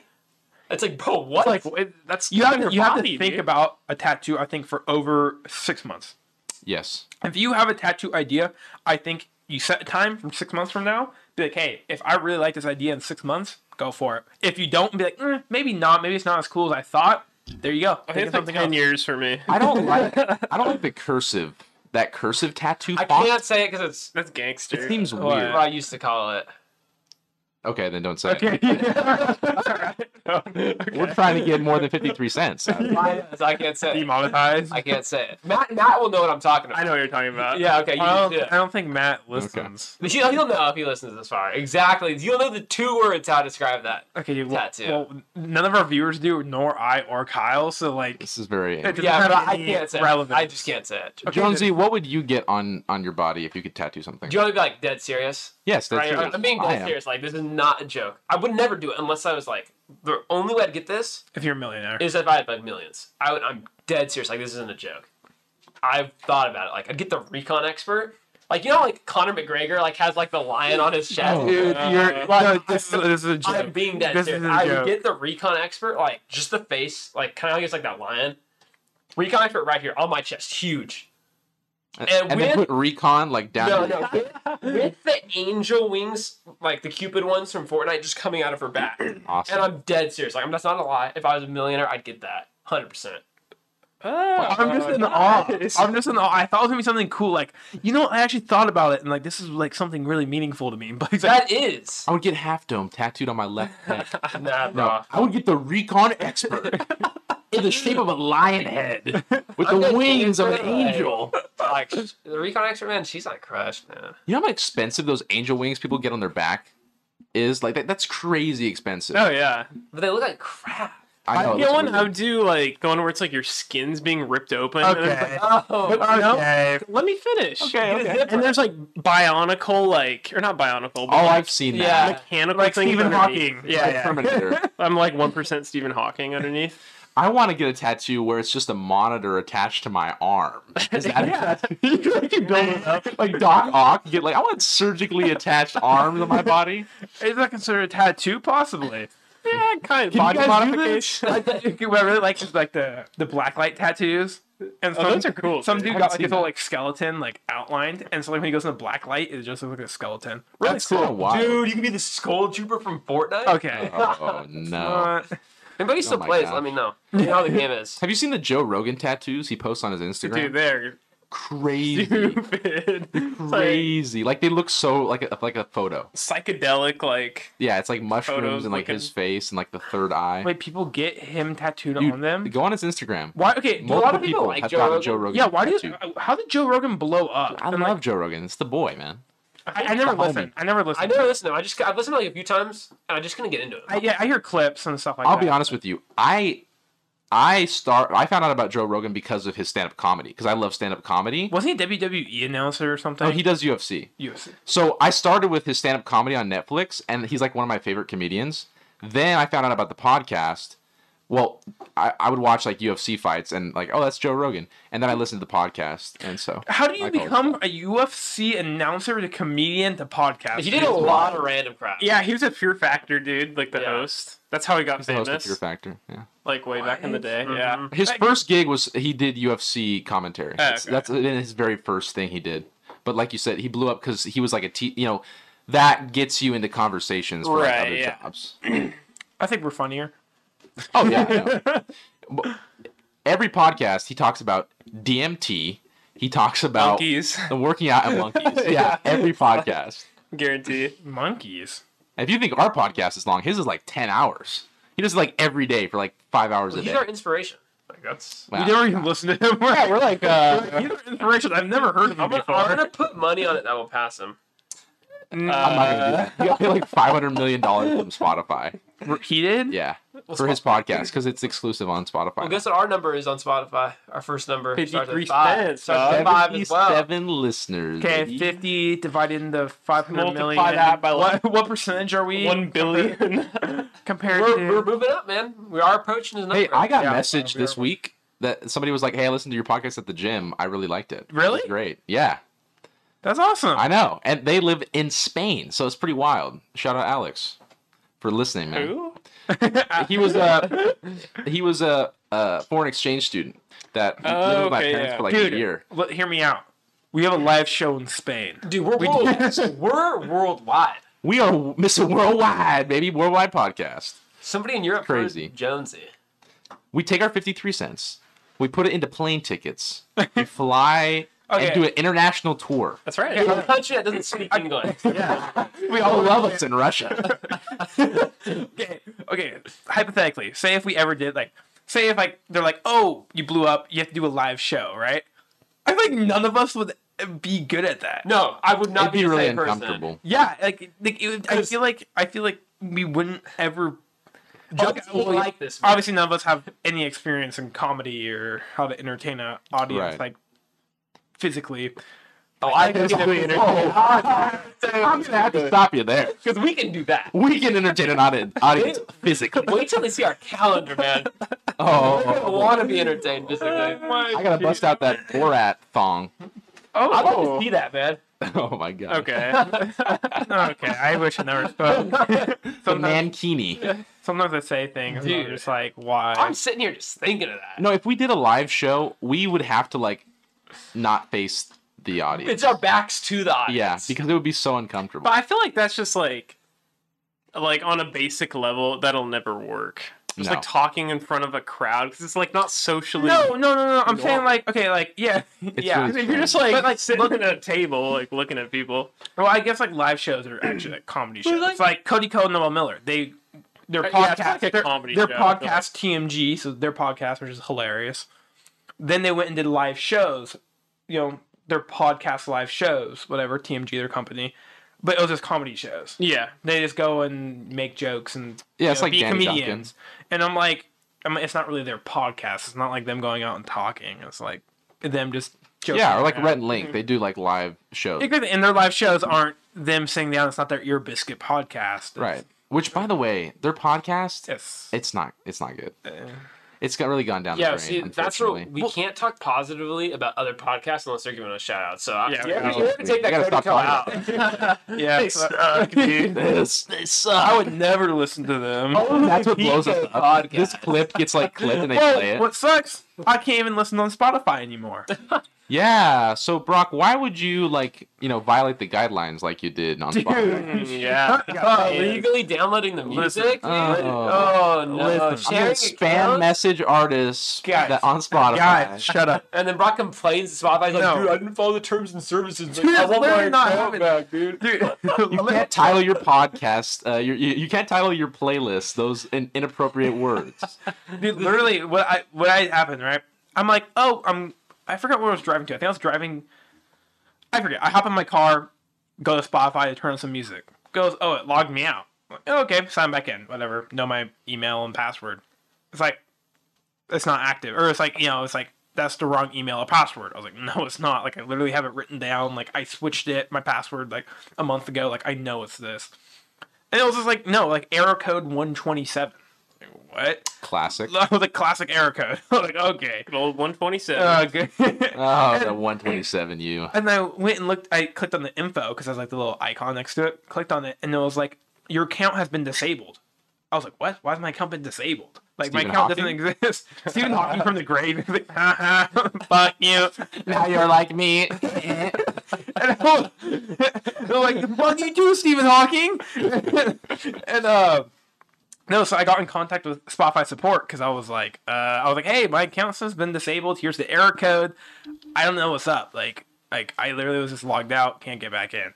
It's like, bro, what? like it, that's you on have your to, you have to body, think dude. about a tattoo. I think for over six months. Yes. If you have a tattoo idea, I think you set a time from six months from now. Be like, hey, if I really like this idea in six months, go for it. If you don't, be like, "Mm, maybe not. Maybe it's not as cool as I thought. There you go. I think Think of it's like something ten else. years for me. I don't like I don't like the cursive that cursive tattoo I font. can't say it because it's That's gangster. It seems what weird. I used to call it. Okay, then don't say it. Okay. We're trying to get more than 53 cents. So I can't say. It. Demonetized. I can't say it. Matt, Matt will know what I'm talking I about. know what you're talking about. Yeah, okay, you I do. don't, I don't think Matt listens. But He'll, he'll know if he listens this far. Exactly. You'll know the two words how to describe that. Okay, you Tattoo. Well, none of our viewers do, nor I or Kyle. So like, This is very It- Yeah, have but I any can't say relevance. it. I just can't say it. Okay, Jonesy, what would you get on on your body if you could tattoo something? Do you want to be like dead serious? yes, that's Right? true. I'm being I dead am. serious. Like this is not a joke. I would never do it unless I was like the only way I'd get this if you're a millionaire, is if I had like millions. I would, I'm dead serious. Like this isn't a joke. I've thought about it. Like I'd get the recon expert. Like you know, like Conor McGregor like has like the lion on his chest. Oh. dude, Uh, you're like, no, this, is- this is a I'm joke. being dead This serious. is a I would joke. get the recon expert, like just the face, like kind of just like that lion. Recon expert right here on my chest, huge. And, And and then with- put recon like down. No, your- no. With, with the angel wings, like the cupid ones from Fortnite, just coming out of her back. And Awesome. I'm dead serious. Like, I'm, that's not a lie. If I was a millionaire, I'd get that. 100%. Oh, I'm just in awe. Oh, I'm just in awe. I thought it was gonna be something cool. Like, you know, I actually thought about it, and like, this is like something really meaningful to me. But he's like, That is. I would get half dome tattooed on my left neck. Nah, No, bro. Uh, I would get the recon expert in the shape of a lion head with I'm the dead wings of an serious, like- angel. Like, sh- the Recon Expert, man, she's not crushed, man. You know how expensive those angel wings people get on their back is? Like that, that's crazy expensive. oh yeah. But they look like crap. I know. you it's know one really- I would do like the one where it's like your skin's being ripped open. and it's like, okay, Oh. okay, Let me finish. okay, Get a okay. zipper. And there's like bionical, like or not bionical, but oh, like, I've seen Yeah. that. mechanical Like thing. Stephen underneath. Hawking. Yeah, Like yeah. Terminator. I'm like one percent Stephen Hawking underneath. I want to get a tattoo where it's just a monitor attached to my arm. Is that a tattoo? you can build it up. Like Doc Ock, get like I want surgically attached arms on my body. Is that considered a tattoo? Possibly. Yeah, kind of Can body you guys do this? modification. I th- what I really like is like the the black light tattoos. And some, Oh, those are cool, Some dude. dude I got haven't like seen his whole that. like skeleton like outlined, and so like when he goes in the black light, it just looks like a skeleton. Really That's cool. Wild. Dude, you can be the Skull Trooper from Fortnite? Okay. Oh no. Uh, Anybody still my plays, God. let me know. You know how the game is. Have you seen the Joe Rogan tattoos he posts on his Instagram? Dude, there. crazy, Stupid. It's like crazy. Like they look so like a, like a photo. psychedelic, like. Yeah, it's like mushrooms Photos and like looking- his face and like the third eye. Wait, people get him tattooed Dude, on them. Go on his Instagram. Why? Okay, do a lot Multiple of people. people like have Joe gotten Rogan. Joe Rogan. Yeah, why do tattooed. you? How did Joe Rogan blow up? I And, love like, Joe Rogan. It's the boy, man. I, I never the homie. listen. I never listen. I never listen to him. I just I've listened to like a few times, and I'm just gonna get into it. I, yeah, I hear clips and stuff like I'll that. be honest with you. I I start I found out about Joe Rogan because of his stand up comedy because I love stand up comedy. Wasn't he a WWE announcer or something? Oh, he does UFC. UFC. So I started with his stand up comedy on Netflix, and he's like one of my favorite comedians. Then I found out about the podcast. Well, I, I would watch like UFC fights and like, oh, that's Joe Rogan, and then I listened to the podcast, and so Ah, How do you I call it become a UFC announcer to comedian to podcast? he did a lot of random crap. Yeah, he was a Fear Factor dude, like the Yeah. host. That's how he got the host of famous, Fear Factor. Yeah, like way back in the What? day. Yeah, his Like- first gig was he did UFC commentary. That's Ah, okay. That's been his very first thing he did. But like you said, he blew up because he was like a te- you know that gets you into conversations for like Right, other yeah. jobs. I think we're funnier. Oh yeah. I know. But Every podcast he talks about DMT. He talks about monkeys, the working out and monkeys. Yeah, every podcast. guarantee. Monkeys. If you think our podcast is long, his is like ten hours. He does it like every day for like five hours a he's day. our inspiration. Like that's. Wow. We never even listened to him. Yeah, we're like, uh, he's an inspiration. I've never heard of him I'm gonna, before. I'm gonna put money on it that will pass him. Uh, I'm not gonna do that. You got to pay like five hundred million dollars from Spotify. Um, he did? Yeah, for his podcast because it's exclusive on Spotify. Well, guess what our number is on Spotify. Our first number starts at 53 five. cents, Starts at five as well. Seventy-seven listeners. Okay, baby. 50 divided into 500 million. Multiply that by, like, what, what percentage are we? One billion. compared We're, to. we're moving up, man. We are approaching his number. Hey, I got Yeah, a message we are- this week that somebody was like, "Hey, I listened to your podcast at the gym. I really liked it. It was Really? great. Yeah, That's awesome. I know. And they live in Spain, so it's pretty wild. Shout out Alex for listening, man. Who? He was uh, a he was a, a foreign exchange student that Oh, lived with my okay, parents yeah. for like Dude, a year. l- hear me out. We have a live show in Spain. dude, we're world, we're worldwide. We are Mr. Worldwide, baby, worldwide podcast. Somebody in Europe Crazy. crazy Jonesy. We take our 53 cents. We put it into plane tickets. We fly Okay. and do an international tour. That's right. From a country that doesn't speak English. We all love us in Russia. Okay, okay. Hypothetically, say if we ever did like, say if like they're like, oh, you blew up, you have to do a live show, right? I feel like none of us would be good at that. No, I would It'd not be, be the really same person. uncomfortable. Yeah, like, like it would, I feel like I feel like we wouldn't ever. Jonesy Okay, well, like this. man. Obviously, none of us have any experience in comedy or how to entertain an audience Right. like physically. Oh, I can I'm gonna have to stop you there. because we can do that. We can entertain an audi- audience physically. Wait till they see our calendar, man. I Oh, want to be entertained physically. I gotta bust out that Borat thong. Oh, I'd like to see that, man. Oh my god. Okay. okay. I wish I never spoke. The sometimes, mankini. sometimes I say things, and Dude. I'm just like, why? I'm sitting here just thinking of that. No, if we did a live show, we would have to like not face the audience. It's our backs to the Yeah, audience. because it would be so uncomfortable. But I feel like that's just like, like on a basic level, that'll never work. Just No. like talking in front of a crowd because it's like not socially. No, no, no, no. I'm You saying are. like, okay, like, yeah, yeah. really 'Cause if strange. you're just like, like, But like sitting at a table, like looking at people. well, I guess like live shows are actually like comedy But, shows. like- It's like Cody Co and Noel Miller. They their Uh, yeah, podcast, it's like a their, comedy their show, I feel podcast TMG, so their podcast, which is hilarious. Then they went and did live shows, you know, their podcast live shows, whatever TMG, their company. But it was just comedy shows. Yeah. They just go and make jokes and Yeah, it's know, like Danny Duncan. And I'm like, I mean, it's not really their podcast. It's not like them going out and talking. It's like them just joking. Yeah, or like around. Rhett and Link. They do like live shows. It could- And their live shows aren't them sitting down. It's not their ear biscuit podcast. It's- Right. Which, by the way, their podcast Yes. it's not it's not good. It's got really gone down Yeah, the drain. see, that's where unfortunately. we can't talk positively about other podcasts unless they're giving us shout outs. So I, Yeah, yeah, we we gotta- we have to take we gotta that Cody stop Ko out. talking yeah. They so- suck, dude. this. They I suck. would never listen to them. That's what blows us up. This clip gets like clipped and they play Well, it. what sucks? I can't even listen on Spotify anymore. Yeah. So Brock, why would you like you know violate the guidelines like you did on Spotify? Mm, yeah. Oh, Illegally Uh, downloading the Listen. music? dude? Oh. Oh, no. Listen. I'm gonna Sharing spam accounts? message artists Guys, that on Spotify. Guys, shut up. And then Brock complains to Spotify, he's like, No. dude, I didn't follow the terms and services. Like, Dude, I that's want my literally not account happening. back, dude. Dude, You can't title your podcast. Uh, your, you you can't title your playlist those in, inappropriate words. dude, literally, what I what I happened right? I'm like, oh, I'm. I forgot where I was driving to. I think I was driving. I forget. I hop in my car, go to Spotify to turn on some music. Goes, oh, it logged me out. I'm like, oh, okay, sign back in. Whatever. Know my email and password. It's like, it's not active, or it's like, you know, it's like that's the wrong email or password. I was like, no, it's not. Like I literally have it written down. Like I switched it, my password, like a month ago. Like I know it's this. And it was just like, no, like error code 127. Like, what? Classic. That was a classic error code. I was like, okay. Good old 127. Uh, good. Oh, the 127 you. and I went and looked. I clicked on the info because I was like the little icon next to it. Clicked on it, and it was like, your account has been disabled. I was like, what? Why is my account been disabled? Like my Stephen account Hawking? doesn't exist. Stephen Hawking from the grave. He's like, "Ha ha, fuck you. Now you're like me. And I was, they were like, the fuck you do, Stephen Hawking. and uh, no, so I got in contact with Spotify support because I was like, uh, I was like, hey, my account has been disabled. Here's the error code. I don't know what's up. Like, like I literally was just logged out, can't get back in.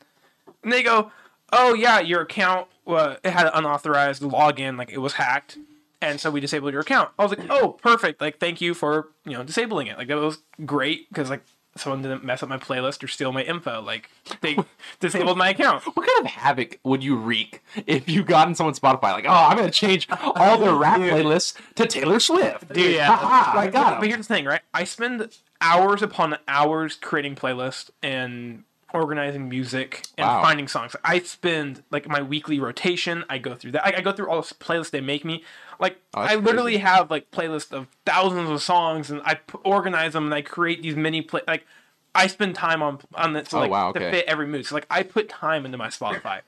And they go, oh yeah, your account uh, it had an unauthorized login, like it was hacked. And so we disabled your account. I was like, "Oh, perfect! Like, thank you for you know disabling it. Like, that was great because like someone didn't mess up my playlist or steal my info. Like, they disabled my account. What kind of havoc would you wreak if you got in someone's Spotify? Like, oh, I'm gonna change all their rap playlists to Taylor Swift. Dude, yeah. Ha-ha, I got 'em. But here's the thing, right? I spend hours upon hours creating playlists and organizing music and Wow. finding songs. I spend like my weekly rotation. I go through that. I, I go through all the playlists they make me. Like Oh, that's I literally crazy. have like playlists of thousands of songs, and I p- organize them and I create these mini play like. I spend time on on this Oh, like wow, to okay. fit every mood. So like I put time into my Spotify,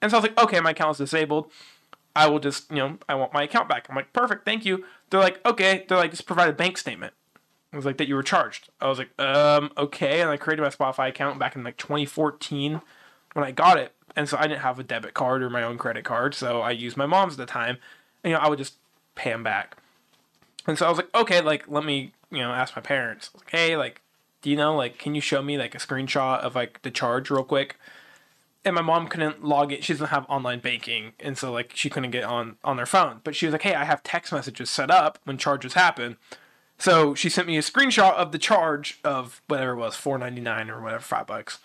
and so I was like, okay, my account's disabled. I will just, you know, I want my account back. I'm like, perfect, thank you. They're like, okay. They're like, just provide a bank statement. It was like that you were charged. I was like, um, okay. And I created my Spotify account back in like 2014 when I got it. And so I didn't have a debit card or my own credit card. So I used my mom's at the time. And, you know, I would just pay them back. And so I was like, okay, like, let me, you know, ask my parents. I was like, hey, like, do you know, like, can you show me like a screenshot of like the charge real quick? and my mom couldn't log it. She doesn't have online banking, and so like she couldn't get on on their phone. But she was like, "Hey, I have text messages set up when charges happen." So she sent me a screenshot of the charge of whatever it was, four ninety nine or whatever, five bucks.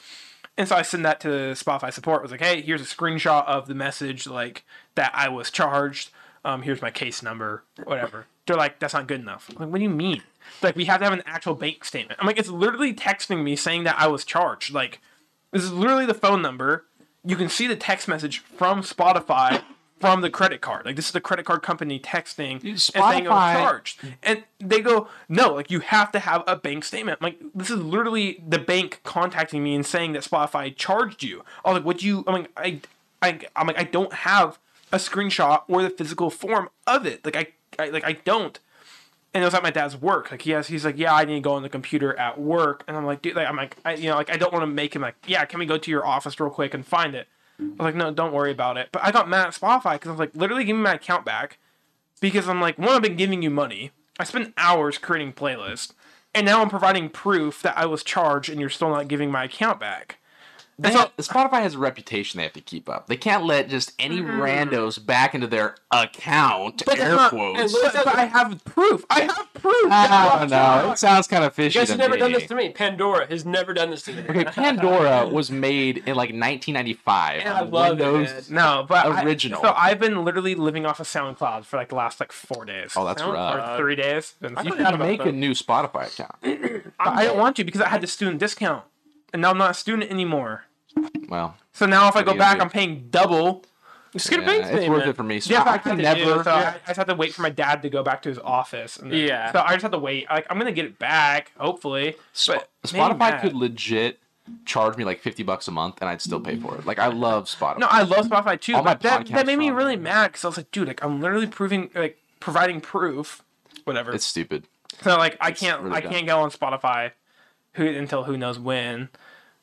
And so I sent that to Spotify support. I was like, "Hey, here's a screenshot of the message like that I was charged. Um, here's my case number, whatever." They're like, "That's not good enough." I'm like, what do you mean? Like, we have to have an actual bank statement. I'm like, it's literally texting me saying that I was charged. Like, this is literally the phone number. You can see the text message from Spotify from the credit card. Like this is the credit card company texting and saying Spotify- I'm charged. And they go, no, like you have to have a bank statement. Like this is literally the bank contacting me and saying that Spotify charged you. I was like, what do you? I mean, I, I, I'm like, I don't have a screenshot or the physical form of it. Like I, I like I don't and it was at my dad's work. Like he has, he's like, yeah, I need to go on the computer at work, and I'm like, dude, like I'm like, I, you know, like I don't want to make him like, yeah, can we go to your office real quick and find it? I was like, no, don't worry about it. But I got mad at Spotify because I was like, literally give me my account back, because I'm like, one, I've been giving you money. I spent hours creating playlists, and now I'm providing proof that I was charged, and you're still not giving my account back. They have- Spotify has a reputation they have to keep up. They can't let just any randos back into their account. But that's air not- quotes. and But, but I have proof. I have proof. I don't know. It sounds kind of fishy. You guys have to never done me. this to me. Pandora has never done this to me. Okay, Pandora was made in like 1995. And I on love Windows. it. No, but I- Original. so I've been literally living off of SoundCloud for like the last like four days. Oh, that's rough. Or three days. And You you- should make a new Spotify account. but I don't want to because I had the student discount, and now I'm not a student anymore. Well, So now if I go you back, do? I'm paying double. Just get a yeah, bank it's statement. worth it for me. Yeah, but I I can can never. never. so I, I just have to wait for my dad to go back to his office. And then- Yeah. So I just have to wait. Like I'm gonna get it back, hopefully. But maybe Spotify not. could legit charge me like 50 bucks a month, and I'd still pay for it. Like I love Spotify. No, I love Spotify too. All my but that, that podcasts made me are on really there. mad because I was like, dude, like I'm literally proving, like providing proof, whatever. it's stupid. So like I can't really I dumb. can't go on Spotify who until who knows when.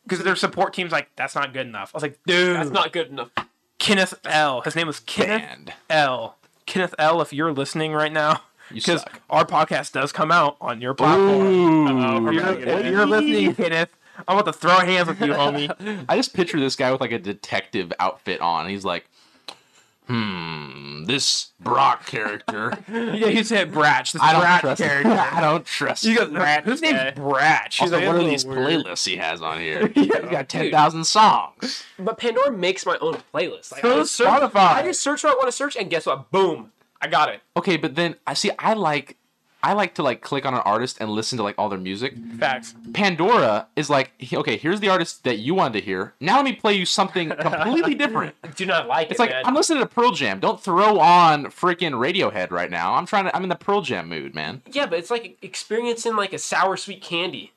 Because their support team's like, that's not good enough. I was like, dude, That's not good enough. Kenneth L. His name was Kenneth Banned. L. Kenneth L. If you're listening right now, You because suck. our podcast does come out on your platform. Ooh. If you're, if you're listening, Kenneth, I'm about to throw hands with you, homie. I just picture this guy with like a detective outfit on. He's like, hmm, this Brock character. Yeah, he said Bratch. This I don't Bratch trust character. him. I don't trust You him. got Bratch. Whose name's guy. Bratch? She's Also, like, what are "That's these a little weird." playlists he has on here? He's got 10,000 songs. But Pandora makes my own playlist. Like, So I does search, Spotify. I just search what I want to search, and guess what? Boom, I got it. Okay, but then I see I like I like to like click on an artist and listen to like all their music. Facts. Pandora is like, he- okay, here's the artist that you wanted to hear. Now let me play you something completely different. I do not like It's it, like man. I'm listening to Pearl Jam. Don't throw on freaking Radiohead right now. I'm trying to. I'm in the Pearl Jam mood, man. yeah, but it's like experiencing like a sour sweet candy.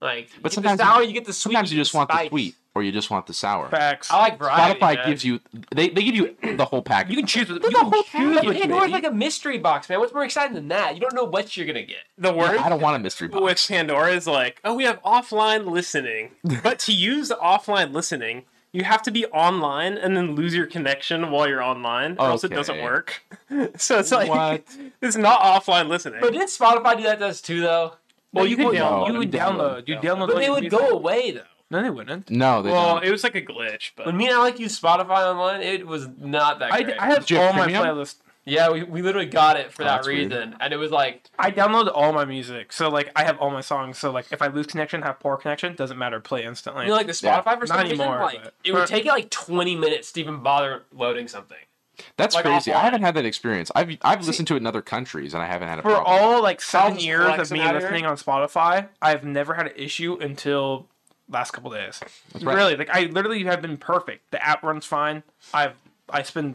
Like, you But get the sometimes- sour, you get the sweet. Sometimes you get just want the spice. sweet, or you just want the sour. Facts. I like variety. Spotify man. gives you. They, they give you the whole package. you can choose with Look you at can the whole choose package. with Hey, Pandora Pandora is like a mystery box, man. What's more exciting than that? You don't know what you're gonna get. the word. I don't want a mystery box. with Pandora is like, oh, we have offline listening. but to use the offline listening, you have to be online and then lose your connection while you're online, or else it doesn't Okay. work. so it's like, What? it's not offline listening. But did Spotify do that to us too, though? well, you you, could could download download. it. You would download. You download. But all they your would music. go away though. No, they wouldn't. No, they Well, don't. it was like a glitch, but When me and Alec used Spotify online, it was not that I, great. I have Did you have all my premium? playlists. yeah, we, we literally got it for Oh, that that's weird. reason, and it was like I download all my music, so like I have all my songs. So like if I lose connection, have poor connection, doesn't matter. Play instantly. you know, like the Yeah. Spotify for some Not reason, anymore, like but- it would take it like twenty minutes to even bother loading something. That's like crazy. I offline. haven't had that experience. I've I've listened to it in other countries and I haven't had a for problem. all like seven Sounds years of flexing me out here. listening on Spotify, I've never had an issue until last couple days. right. Really, like I literally have been perfect. The app runs fine. I've I spend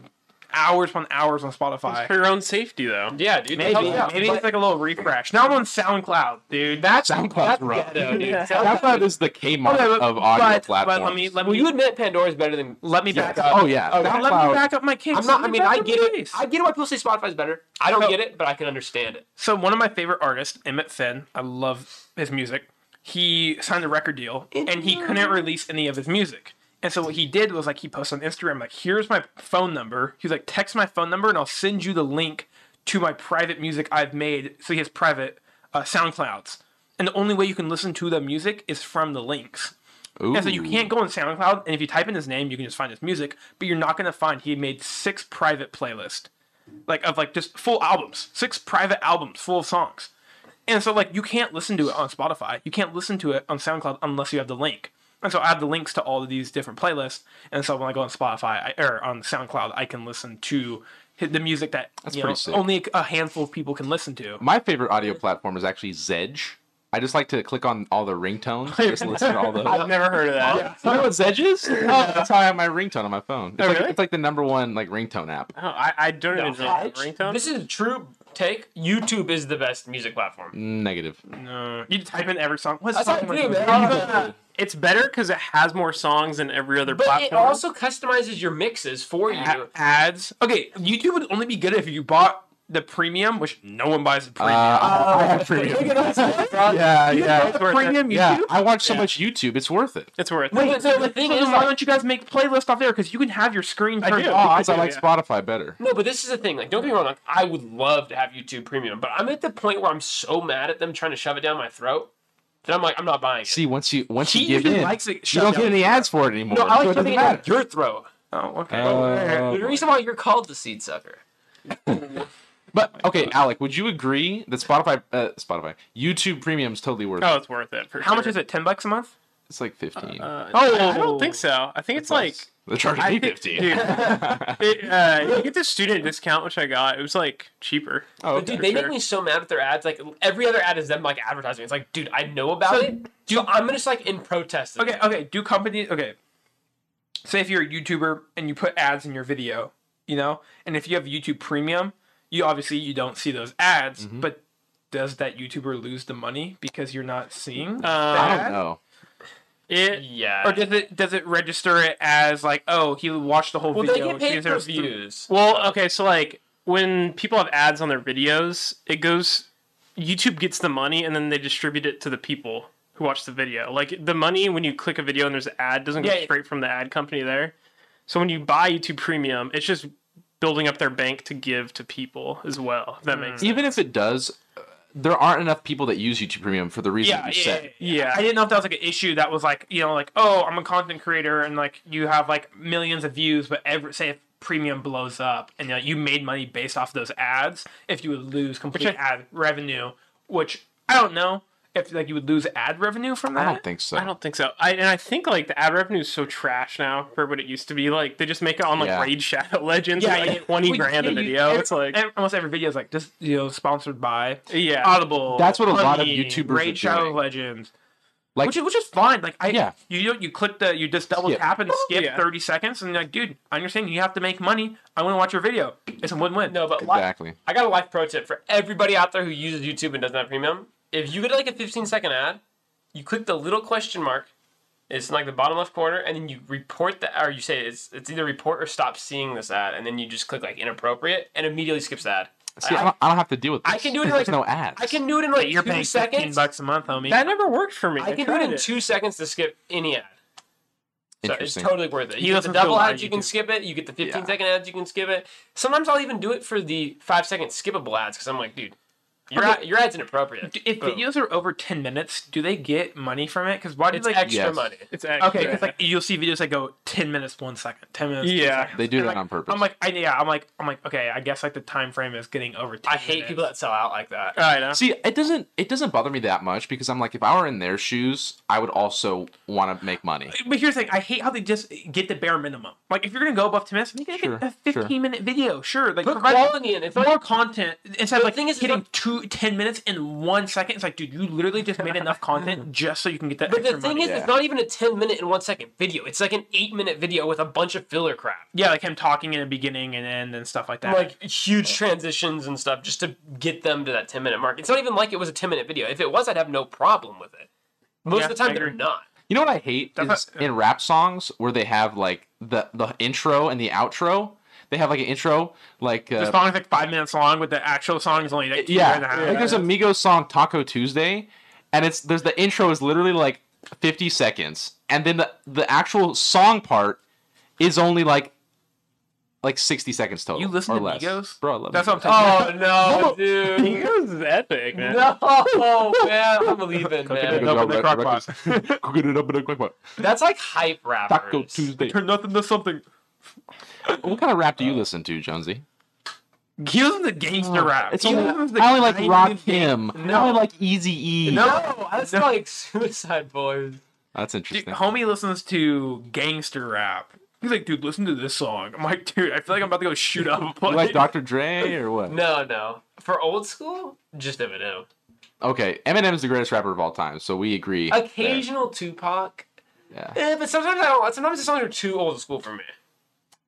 hours upon hours on Spotify. for your own safety though. Yeah, dude. Maybe maybe it's like a little refresh. Now I'm on SoundCloud, dude. That's SoundCloud's rough. ghetto, dude. SoundCloud is the Kmart Okay, but- of audio but, platforms. But let me let me Well, you admit Pandora's better than. let me Yes. back up. Oh yeah. Okay. Let me SoundCloud- back up my case. I'm not. I Let mean, I back up get my it. case. I get why people say Spotify's better. I don't So- get it, but I can understand it. So one of my favorite artists, Emmett Finn, I love his music. He signed a record deal and he couldn't release any of his music. And so what he did was like he posted on Instagram like, "Here's my phone number." He was like, "Text my phone number and I'll send you the link to my private music I've made." So he has private uh, SoundClouds, and the only way you can listen to the music is from the links. Ooh. And so you can't go on SoundCloud, and if you type in his name, you can just find his music. But you're not gonna find he made six private playlists, like of like just full albums, six private albums full of songs. And so like you can't listen to it on Spotify, you can't listen to it on SoundCloud unless you have the link. And so I have the links to all of these different playlists, and so when I go on Spotify I, or on SoundCloud, I can listen to hi- the music that you know pretty sick. only a handful of people can listen to. My favorite audio platform is actually Zedge. I just like to click on all the ringtones. Just listen to all the. I've never heard of that. You know what Zedge is? Oh, That's how I have my ringtone on my phone. It's, like, Oh, really? it's like the number one like ringtone app. Oh, I, I don't even I- ringtone. This is a true take. YouTube is the best music platform. Mm, Negative. No, you type in every song. What's That's the how song I do, with- man. It's better because it has more songs than every other But it platform. also customizes your mixes for you. ads. Okay, YouTube would only be good if you bought the premium, which no one buys the Uh, premium. I I have premium. Yeah, yeah, premium YouTube. yeah. I watch so much YouTube. It's worth it. It's worth it. Wait, so the thing So is, then why like- don't you guys make playlists off there? Because you can have your screen I turned do, off. because I like Yeah. Spotify better. No, but this is the thing. Like, don't get me wrong. Like, I would love to have YouTube Premium, but I'm at the point where I'm so mad at them trying to shove it down my throat that I'm like, I'm not buying it. See, once you once He you give usually in, likes it you shut don't get down. any ads for it anymore. no, I so like it doesn't shoving it down matter. your throat. Oh, okay. Oh, the reason why you're called the seed sucker. But okay, Alec, would you agree that Spotify, uh, Spotify, YouTube Premium's totally worth Oh, it? it's worth it. For How sure. much is it? Ten bucks a month? It's like fifteen. Uh, oh, I don't think so. I think it's like- like They're charging I me think- fifteen. dude. It, uh, you get the student discount, which I got. It was like cheaper. oh, But okay. dude, they sure. make me so mad at their ads. Like every other ad is them like advertising. It's like, dude, I know about it. Dude, I'm gonna just like in protest. of Okay, it. okay. Do companies okay? Say if you're a YouTuber and you put ads in your video, you know, and if you have YouTube Premium, you obviously you don't see those ads, Mm-hmm. but does that YouTuber lose the money because you're not seeing? I that? Um, don't know. it Yeah. or does it does it register it as like oh he watched the whole well, they video? get paid because for there's- views. Well, okay. okay. So like when people have ads on their videos, it goes. YouTube gets the money and then they distribute it to the people. who watch the video. Like the money when you click a video and there's an ad doesn't go Yeah, yeah. straight from the ad company there. So when you buy YouTube Premium, it's just building up their bank to give to people as well. If that makes sense. Even if it does, uh, there aren't enough people that use YouTube Premium for the reason Yeah, you yeah, said. yeah, Yeah. I didn't know if that was like an issue that was like, you know, like, oh, I'm a content creator and like you have like millions of views, but every say if premium blows up and like, you made money based off those ads, if you would lose complete ad revenue, which I don't know if like you would lose ad revenue from I that. don't think so. I don't think so. I and I think like the ad revenue is so trash now for what it used to be. Like they just make it on like Yeah. Raid Shadow Legends, Yeah, yeah, like yeah. twenty Well, grand a yeah, you- video. every- it's like Ev- almost every video is like just you know sponsored by yeah, Audible. That's what a lot of Honey, YouTubers are Raid Shadow doing. Legends. Like- which is which is fine. Like I, Yeah. you don't- you click the you just double Skip. tap and skip Oh, Yeah. thirty seconds and you're like, dude, I understand you have to make money. I want to watch your video. It's a win win. No, but li- exactly. I got a life pro tip for everybody out there who uses YouTube and doesn't have premium. If you get like a 15 second ad, you click the little question mark. It's in like the bottom left corner, and then you report the or you say it's it's either report or stop seeing this ad, and then you just click like inappropriate and immediately skips the ad. See, I, I- don't, I don't have to deal with. This. I can do it in, There's like- no ads. I can uh, do it in like you're two paying fifteen seconds. bucks a month, homie. that never worked for me. I can do tried it in two seconds to skip any ad. So it's Interesting. totally worth it. He You get the listens to a double lot of ads, you can YouTube. skip it. You get the 15 Yeah. second ads, you can skip it. Sometimes I'll even do it for the five second skippable ads because I'm like, dude, your, Okay. ad, your ad's inappropriate. Do- if Oh. Boom. videos are over ten minutes, do they get money from it? Because why did it's like extra Yes. money. It's actually, okay? Because like you'll see videos that go ten minutes, one second, ten minutes. two Yeah. seconds. They do And, that like, on purpose. I'm like, I, yeah, I'm like, I'm like, okay, I guess like the time frame is getting over. 10 I hate minutes. people that sell out like that. I know. See, it doesn't it doesn't bother me that much because I'm like, if I were in their shoes, I would also want to make money. But here's the thing: I hate how they just get the bare minimum. Like, if you're gonna go above ten minutes, make it Sure, sure. a fifteen-minute video. Sure, like Put provide quality in. It's more like content instead of The like thing is, it's hitting not- two ten minutes in one second. It's like, dude, you literally just made enough content just so you can get that. But the extra thing money. is, Yeah. it's not even a 10 minute and one second video. It's like an eight minute video with a bunch of filler crap. yeah, like him talking in the beginning and end and stuff like that. Like huge transitions and stuff just to get them to that 10 minute mark. It's not even like it was a 10 minute video. If it was, I'd have no problem with it. Most Yeah, of the I time, they're agree. not. You know what I hate That's is in rap songs where they have like the the intro and the outro. They have like an intro, like the uh, song is like five minutes long, but the actual song is only like two yeah, and a half. like there's a Migos song Taco Tuesday, and it's there's the intro is literally like 50 seconds, and then the the actual song part is only like like 60 seconds total. You listen or to less. Migos? bro? I love That's Migos. what I'm talking. about. Oh, no, dude. This is epic, man. No, man, I'm leaving, it man. up in the crock pot. Cooking it up in the crock pot. That's like hype rappers. Taco Tuesday. Turn Oh. nothing to something. What kind of rap do you listen to, Jonesy? He listens to gangster rap. It's He only, listens to I only like grinding Rock gang- Him. I only like Easy E. No, that's like Suicide Boys. That's Dude, interesting. homie listens to gangster rap. He's like, dude, listen to this song. I'm like, dude, I feel like I'm about to go shoot up. a You place. like Dr. Dre or what? No, no. For old school, just Eminem. Okay, Eminem is the greatest rapper of all time, so we agree. there. Occasional Tupac. Yeah. Eh, but sometimes I don't. Sometimes the songs are too old school for me.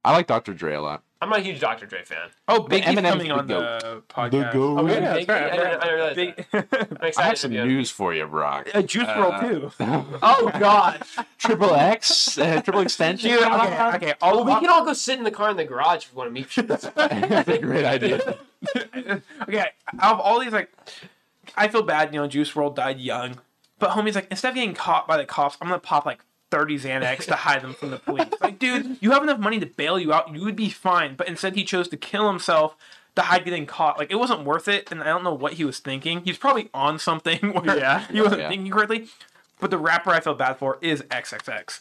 I like Dr. Dre a lot. I'm not a huge Dr. Dre fan. oh, Biggie's Eminem's coming the on goat. the podcast. goat. Okay, yeah, thank that's right. you. I, I, I realize that. I'm excited I have to some be on- news for you, Brock. Uh, Juice Uh, World too. Oh gosh, Triple X, uh, triple extension. Dude, okay, okay. All we can all go sit in the car in the garage if we want to meet you. That's a great idea. okay, out of all these, like, I feel bad, you know, Juice World died young. But homie's like, instead of getting caught by the cops, I'm gonna pop like 30 Xanax to hide them from the police. Like, dude, you have enough money to bail you out, you would be fine. But instead, he chose to kill himself to hide getting caught. Like, it wasn't worth it, and I don't know what he was thinking. He was probably on something where Yeah. he wasn't Yeah. thinking correctly. But the rapper I feel bad for is XXX.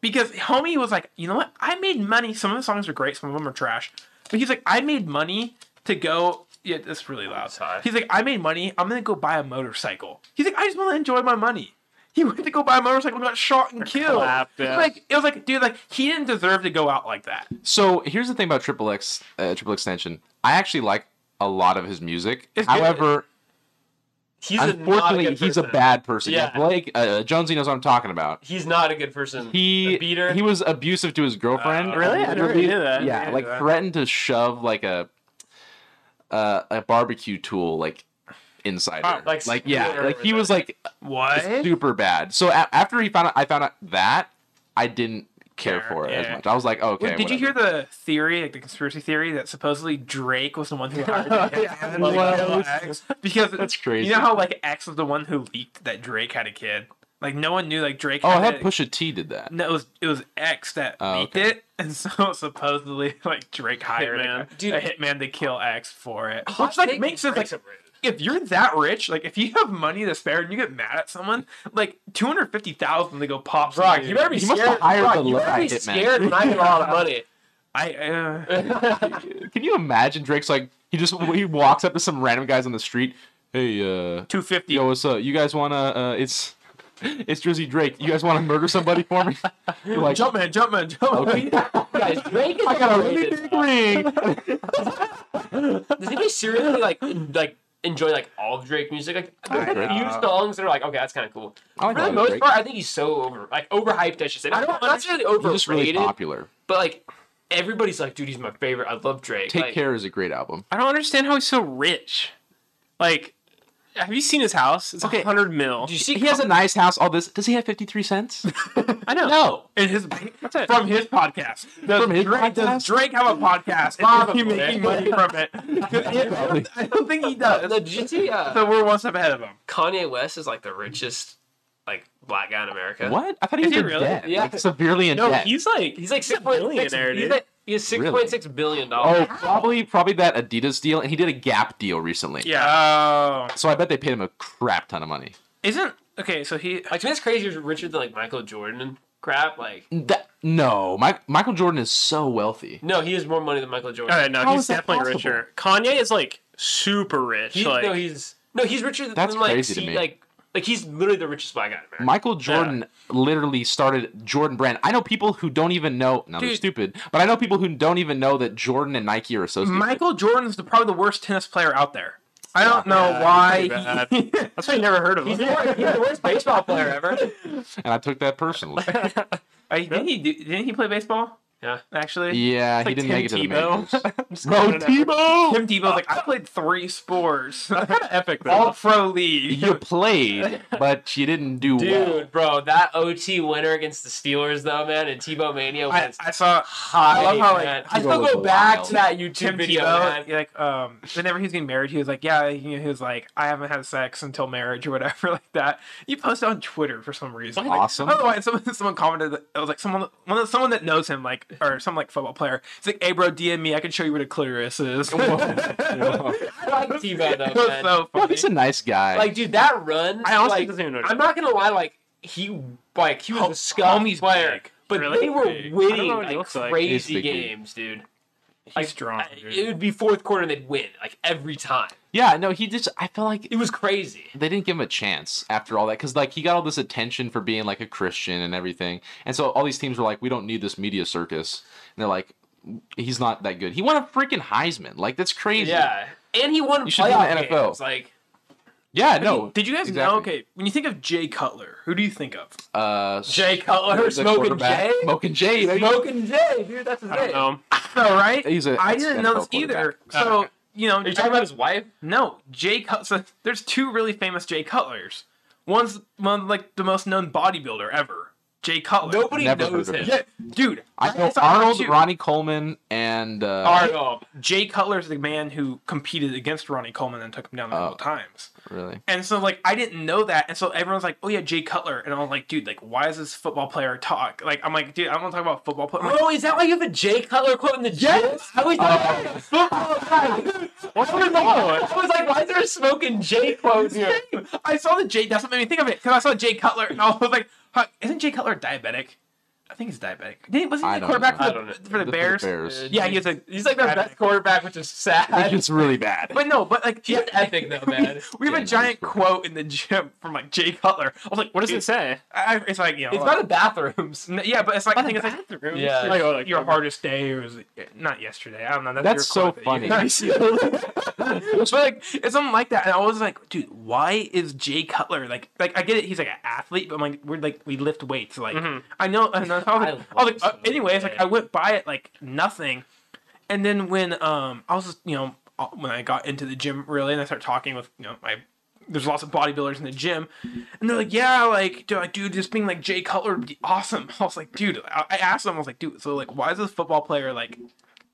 Because homie was like, you know what? I made money. Some of the songs are great, some of them are trash. But he's like, I made money to go. Yeah, that's really loud. Sorry. He's like, I made money. I'm gonna go buy a motorcycle. He's like, I just want to enjoy my money. He went to go buy a motorcycle and got shot and killed. Clapped, yeah. Like it was like, dude, like he didn't deserve to go out like that. So here's the thing about Triple X, uh, Triple Extension. I actually like a lot of his music. It's good. However, He's a not unfortunately, good he's a person. bad person. Yeah, Yeah. Blake uh, Jonesy knows what I'm talking about. He's not a good person. He a beater. he was abusive to his girlfriend. Uh, Really? I never Literally- knew that. Yeah, like threatened to shove like a uh, a barbecue tool like inside Wow, her. like, Like, yeah, screw like he her. was like What? super bad. So a- after he found out, I found out that I didn't care, for it as yeah. much. I was like, "Oh, okay. Wait, did you hear whatever. the theory, like the conspiracy theory, that supposedly Drake was the one who hired Yeah, Lil well, X? Because That's crazy. You know how like X was the one who leaked that Drake had a kid. Like no one knew like Drake. Oh, I had it. Pusha T did that. No, it was it was X that Oh, leaked okay. it, and so supposedly like Drake hired a, Hitman. a hitman to kill X for it. Hot Which like take makes sense. Like Drake's overrated. if you're that rich, like if you have money to spare and you get mad at someone, like two hundred fifty thousand to go pop. Brock, somebody. you better be He must have scared. hired Brock, the you better left be hitman. scared when I get a lot of money. I uh, Can you imagine Drake's like he just he walks up to some random guys on the street. Hey, uh, two fifty. yo, what's up? You guys wanna? Uh, it's it's Drizzy Drake. You guys wanna murder somebody for me? You're like, Jump man, jump man, jump man. okay. I Guys, Drake is got a really overrated. big ring. Does anybody seriously like en- like enjoy like all of Drake music? Like like there's a Drake. few songs that are like, okay, that's kind of cool. I like For the Drake. most part, I think he's so over like overhyped. I should say. I don't not necessarily He's overrated, just really popular. but like everybody's like, dude, he's my favorite. I love Drake. Take like, Care is a great album. I don't understand how he's so rich. Like, have you seen his house? It's a Okay. hundred mil. Do you see? He has a nice house. All this. Does he have fifty three cents? I know. No. And his That's it. from his podcast. Does From his Drake, Does podcast? Drake have a podcast? And is he Probably. making money from it? 'Cause Probably. it- I don't think he does. the GT, uh, So we're one step ahead of him. Kanye West is like the richest like black guy in America. What? I thought he was he in really? debt. Yeah. Like, severely in No, debt. he's like He's like he's a six point six. billionaire, He's dude. like he has six Really? point six billion Oh, dollars. probably probably that Adidas deal, and he did a Gap deal recently. Oh, So I bet they paid him a crap ton of money. isn't okay. So he Like to me, that's crazy. He's richer than like Michael Jordan and crap. Like That, no, Mi- Michael Jordan is so wealthy. no, he has more money than Michael Jordan. all right, no, How he's is that definitely possible? richer. Kanye is like super rich. He, like, no, he's no, he's richer than That's like crazy to he- me. like like he's literally the richest black guy in America. Michael Jordan literally started Jordan Brand. I know people who don't even know. No, they're Dude. stupid, but I know people who don't even know that Jordan and Nike are associated. Michael Jordan's the, probably the worst tennis player out there. I don't know Yeah, pretty why. bad. he- that's why you never heard of He's him. the worst- he's the worst baseball player ever. and I took that personally. I- didn't he? do- Didn't he play baseball? Yeah. actually. yeah, he like didn't Tim make it to the Tebow. majors. I'm just Bro, kidding. Tebow, Tim Tebow's like I played three sports, Kinda epic though. all pro league. you played, but you didn't do well. Dude, bro, that OT winner against the Steelers though, man, and Tebow Mania I, was I saw. high. I love how, like, man. I still go back to that YouTube Tim Tebow, yeah, like, um, whenever he's getting married, he was like, yeah, you know, he was like, I haven't had sex until marriage or whatever like that. You posted on Twitter for some reason. Like, Awesome. Oh, I don't know why. Someone, someone commented that it was like someone, one of- someone that knows him, like, or some like football player. He's like, hey, bro, DM me. I can show you where the clitoris is. it I like Tebow though, was man. so No, funny. he's a nice guy. like, dude, that run. I honestly like, doesn't even know. I'm not gonna lie, like he like he was a scum homie's player, big. but Really they were big. I don't winning know what he like, looks like. He's crazy big, dude. games, dude. He's strong. I- dude. it would be fourth quarter and they'd win like every time. yeah, no, he just. I feel like It was crazy. they didn't give him a chance after all that because like he got all this attention for being like a christian and everything and so all these teams were like we don't need this media circus and they're like he's not that good he won a freaking heisman like that's crazy Yeah, and he won You should be in playoff the NFL. games. Like, yeah no Did you guys exactly. know? Okay, when you think of Jay Cutler, who do you think of? uh Jay Cutler, the smoking quarterback- Jay, smoking jay baby. smoking Jay, dude. That's his I don't name. know. No, right? He's a I didn't know this NFL either. Oh, quarterback. So you know, Are you talking about his wife? No, Jay Cutler. So there's two really famous Jay Cutlers. One's one like the most known bodybuilder ever, Jay Cutler. Nobody Never knows heard him. of Yeah, dude. i know saw arnold two. ronnie coleman and uh Arnold. Jay Cutler's the man who competed against Ronnie Coleman and took him down multiple Oh. times. really And so like I didn't know that, and so everyone's like, "Oh yeah, Jay Cutler," and I'm like, "Dude, like why is this football player talk?" Like I'm like, "Dude, I don't want to talk about football player." I'm like, Oh, is that why you have a Jay Cutler quote in the gym? I was like, football guy. Oh. I was like- I was like, why is there a smoking Jay quote here? I saw the Jay. That's what made me think of it because I saw Jay Cutler and I was like, huh, "Isn't Jay Cutler diabetic?" I think he's diabetic. Didn't, wasn't I he the don't quarterback know. for I don't know. the, for The- for the the Bears? Bears. Yeah, he was a. He's like their best quarterback, which is sad. it's really bad But no, but like He's epic though, man. We have Yeah, a no, giant he's quote in the gym from like Jay Cutler. I was like, What does it say? I, it's like you know, It's like- about the bathrooms. n- yeah, but it's like I think it's like Yeah. like, Like, oh, like your hardest day or was it, not yesterday? I don't know. That's, that's your so quote that you- funny It's like it's something like that, and I was like, dude, why is Jay Cutler like like I get it, he's like an athlete, but I'm like we're like we lift weights, like Mm-hmm. I know. And I was like, I I was like love uh, anyways, like Jay. I went by it like nothing, and then when um I was you know uh, when I got into the gym really, and I started talking with you know my there's lots of bodybuilders in the gym, and they're like, yeah, like, dude, like, dude, just being like Jay Cutler would be awesome. I was like, dude, I, I asked them, I was like, dude, so like, why is this football player like?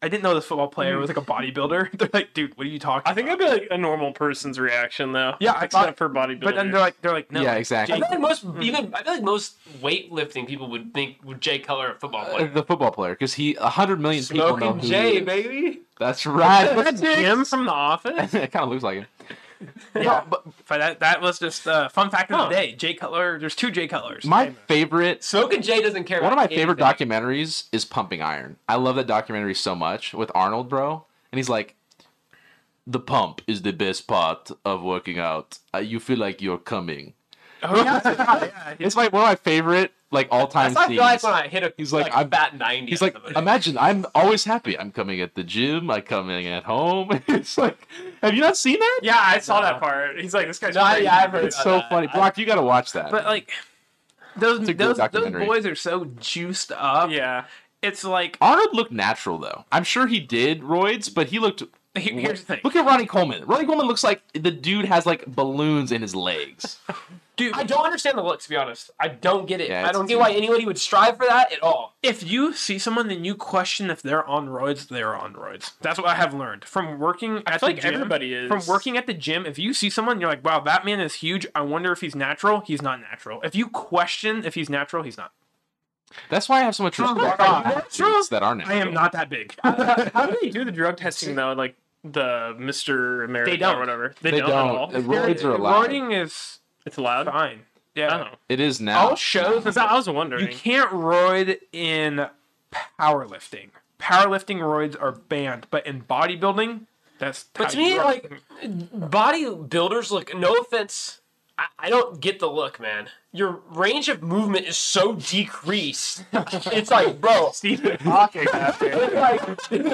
I didn't know this football player was like a bodybuader. They're like, dude, what are you talking? Mm-hmm. I think that'd be like a normal person's reaction though. Yeah, I except thought- for bodybuilders. But then they're like, they're like, no, yeah, like, exactly. I feel like most Hmm. even I feel like most weightlifting people would think would Jay Cutler a football Uh, player. The football player, because he a hundred million people know Smoking who he Jay, is. baby. That's right. That's Jim from The Office. it kind of looks like him. Yeah, but, but that that was just uh, fun fact of Huh. the day. Jay Cutler, there's two Jay Cutlers. My favorite Smoking Jay doesn't care. One of about my favorite anything. documentaries is Pumping Iron. I love that documentary so much with Arnold, bro. And he's like, the pump is the best part of working out. Uh, you feel like you're coming. Oh, It's like one of my favorite, like all time That's how I scenes. feel like when I hit a He's like, like I'm- fat ninety. He's on like, somebody. imagine I'm always happy. I'm coming at the gym. I'm coming at home. It's like, have you not seen that? Yeah, I saw that part. He's like, this guy's No, I- crazy. yeah, I've heard It's about so that. funny. Brock, you got to watch that. but uh, like those It's a good those, those documentary. Uh, boys are so juiced up. yeah. It's like Arnold looked natural though. I'm sure he did roids, but he looked he- here's the thing, Look at Ronnie Coleman. Ronnie Coleman looks like the dude has like balloons in his legs. dude. I don't understand the look, to be honest. I don't get it. Yeah, I it's- don't get why anybody would strive for that at all. If you see someone, then you question if they're on roids. They're on roids. That's what I have learned from working at I feel the like gym. everybody is From working at the gym, if you see someone, you're like, "Wow, that man is huge. I wonder if he's natural. He's not natural. If you question if he's natural, he's not. That's why I have so much respect God. for athletes that are I natural. am not that big. How do they do the drug testing though? Like the Mister America They don't. or whatever. They, They, don't, don't. at all. Roids are allowed. Roiding is It's allowed. I fine. Yeah. don't know. It is now. Oh, all shows and So I was you wondering. can't roid in powerlifting. Powerlifting roids are banned, but in bodybuilding, that's But how to me, you roid. like bodybuilders look. No offense, I, I don't get the look, man. Your range of movement is so decreased. it's like, bro, it's like, dude,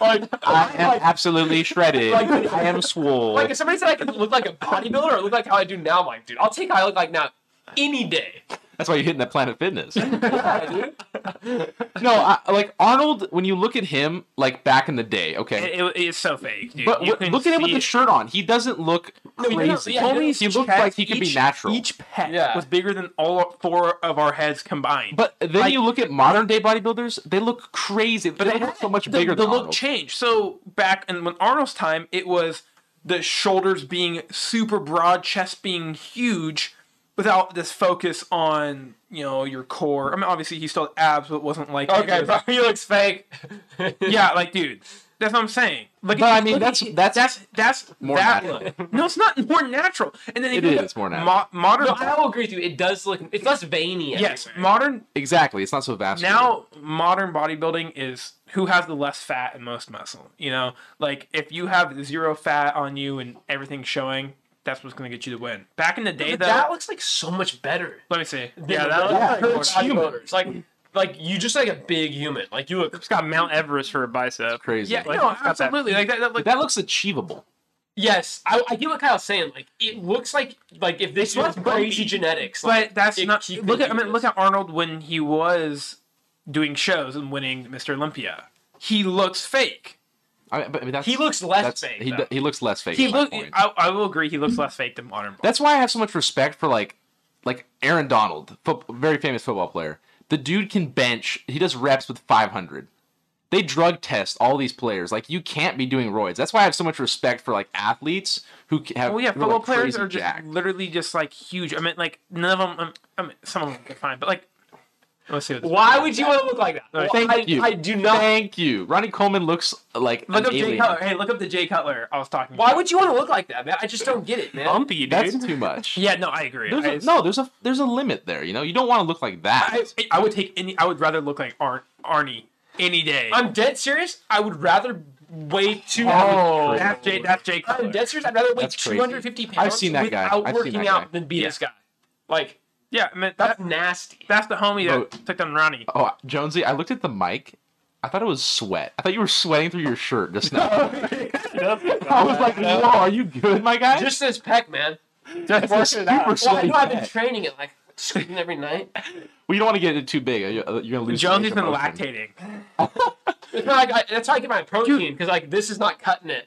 like, I am like, absolutely shredded. Like- I am swole. like if somebody said I could look like a bodybuilder or look like how I do now, I'm like, dude, I'll take how I look like now any day. That's why you're hitting that Planet Fitness. Yeah, dude. no, I, like Arnold. When you look at him, like back in the day, okay. It- it- it's so fake, dude. But You w- can look at him with see the it. shirt on. He doesn't look you don't- crazy. yeah, you don't- he looks like he could be Each- natural. Each pet Yeah. was bigger than all four of our heads combined. but then like- you look at modern day bodybuilders; they look crazy. But they, look so much the, bigger the than look Arnold. changed. So back in when Arnold's time, it was the shoulders being super broad, chest being huge, without this focus on you know your core. I mean, obviously he still had abs, but it wasn't like it Okay, was- bro, he looks fake. yeah, like dude, that's what I'm saying. Like, But I mean, that's- that's- that's that's more that natural. look. No, it's not more natural. And then if It you look is at more natural. mo- modern. No, I will agree with you. It does look. It's less veiny. Yes, everywhere. modern Exactly. It's not so vast. now modern bodybuilding is who has the less fat and most muscle you know like if you have zero fat on you and everything showing that's what's going to get you the win back in the day But though that looks like so much better. let me see Yeah, like Like, that looks more it's human. bodybuilders. Like, like you just like a big human. Like you look. It's got Mount Everest for a bicep. crazy. yeah Like, no it's got that- absolutely like that, that But like that looks achievable. Yes, I, I get what Kyle's saying. Like it looks like like if this It's less was crazy genetics. Like, but that's it- not he look could at i do mean look at arnold when he was doing shows and winning mr olympia he looks fake I mean, but, I mean, that's, he looks less that's, fake. He, though. do- he looks less fake. he is my look point. I, I will agree he looks less fake than modern That's why I have so much respect for like like Aaron Donald, foot, very famous football player. The dude can bench. He does reps with 500. They drug test all these players. Like you can't be doing roids. That's why I have so much respect for like athletes who ca- have. Well, Oh, yeah, who are, football like, players crazy are just jacked. literally just like huge. I mean, like none of them. um, I mean, some of them are fine, but like, let's see. What this Why would you want to look like that? thank I, you. I do not. Thank you, Ronnie Coleman looks like look an up Jay alien. Cutler. Hey, look up the Jay Cutler I was talking. Why about. would you want to look like that, man? I just don't get it, man. Bumpy, dude. That's too much. Yeah, no, I agree. I, There's a, no, there's a there's a limit there. You know, you don't want to look like that. I, I would take any. I would rather look like Ar- Arnie any day. I'm dead serious. I would rather weigh two. Oh. that's Jay. That's Jay I'm Cutler. dead serious. I'd rather weigh That's crazy. 250 pounds. I've seen that guy. without I've seen working that out guy. than be this guy. Like Yeah, I mean, that's that, nasty. that's the homie that took down Ronnie. Oh, Jonesy, I looked at the mic. I thought it was sweat. I thought you were sweating through your shirt just now. I was like, "Whoa, are you good, my guy?" Just this pec, man. That's a super Well, I sweaty know I've been pec. training it like squeezing every night. Well, you don't want to get it too big. You're you're gonna lose. Jonesy's range of been motion. lactating. It's not like I, that's how I get my protein because like this is not cutting it.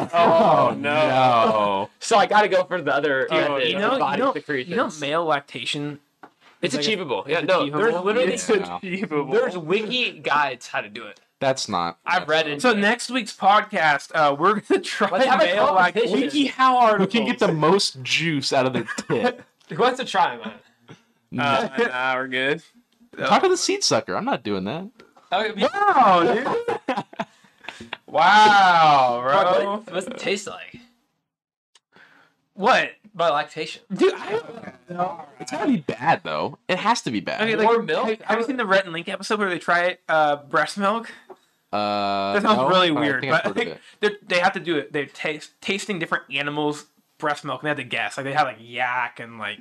Oh, no. So I gotta go for the other. Oh, method you of know- body you know- secretions. You know, male lactation. it's like a- achievable. yeah, it's no, there's achievable? literally Yeah, no. there's wiki guides how to do it. That's not. I've read it. So next week's podcast, uh, we're gonna try Let's have a male lactation. competition. Wiki how Who articles. can get the most juice out of their tit? who wants to try them? Oh, Uh, nah, we're good. Talk to the seed sucker. I'm not doing that. Wow, dude. wow, bro. What, what's it taste like? What? By lactation. Dude, I don't It's gotta be bad though. It has to be bad. okay, like, Or milk? Have, have you seen the Rhett and Link episode where they try uh, breast milk? uh, That sounds no, really but I weird, think I've but heard of like, it. they're- they have to do it. They're taste, tasting different animals' breast milk, and they have to guess. Like they have like yak and like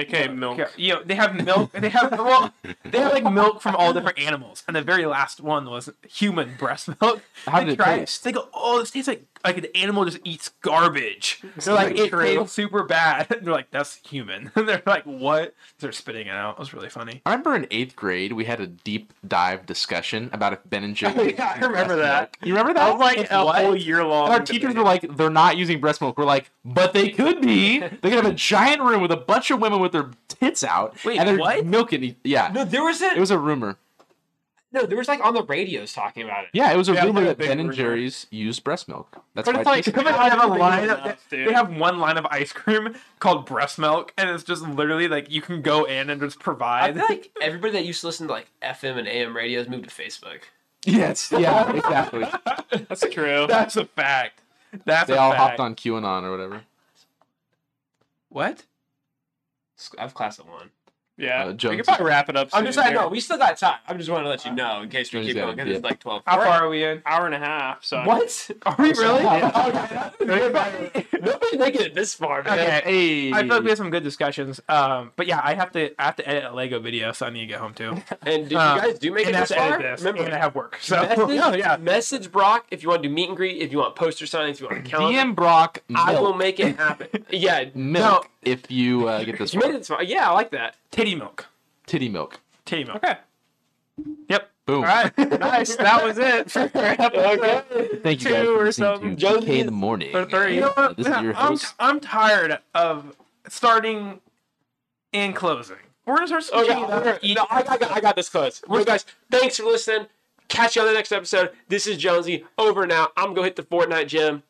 Okay, milk. Yeah, you know, they have milk. They have well, they have like milk from all different animals, and the very last one was human breast milk. How they did it try taste? They go, oh, this tastes like like an animal just eats garbage. They're like, like it true. tastes super bad. And they're like, that's human. And they're like, what? They're spitting it out. It was really funny. I remember in eighth grade we had a deep dive discussion about if Ben and Jerry's. yeah, I remember that. You remember that? That was like "Oh, It's a what? whole year long. And our teachers were like, they're not using breast milk. We're like, but they could be. They could have a giant room with a bunch of women with their tits out, Wait, and they're what? milking. e- Yeah, No, there was it was a rumor. no, there was like on the radios talking about it. Yeah, it was a Yeah, rumor yeah, that big Ben and rumor. Jerry's used breast milk. That's But why. it's like it they tastes- have a line. enough, they, dude. have one line of ice cream called breast milk, and it's just literally like you can go in and just I provide. feel like everybody that used to listen to like FM and AM radios moved to Facebook. yes, yeah, exactly. That's true. that's a fact. That's they a all fact. hopped on QAnon or whatever. What? I have class at one. Yeah. Uh, we Jones- could probably wrap it up. I'm soon just saying, here. no, we still got time. I'm just want to let you know in case we Jones keep got going it, because it's yeah. like 12. How far are we in? Hour and a half. So What? Are we really? Nobody's making it this far, man. Okay. Hey, I feel like we had some good discussions. Um, but yeah, I have to I have to edit a Lego video, so I need to get home too. Um, And did you Uh, guys do make it and I have this to edit far? this. and I Remember, have work. So message, yeah, yeah. message Brock if you want to do meet and greet, if you want poster signings, if you want a calendar. DM Brock uh, I will milk, make it happen. yeah, milk if you uh, get this you made one. it this far. Yeah, I like that. Titty milk. Titty milk. Titty milk. Okay. Yep. Boom. All right. nice. That was it for episode Thank you Two guys for or listening something. to PK in the morning. or three. You know what? This is your I'm, host. I'm tired of starting and closing. We're gonna Okay, start switching it up. Oh, no, I, I, got, I got this close. Well, guys, thanks for listening. Catch you on the next episode. This is Jonesy. Over now. I'm going to hit the Fortnite gym.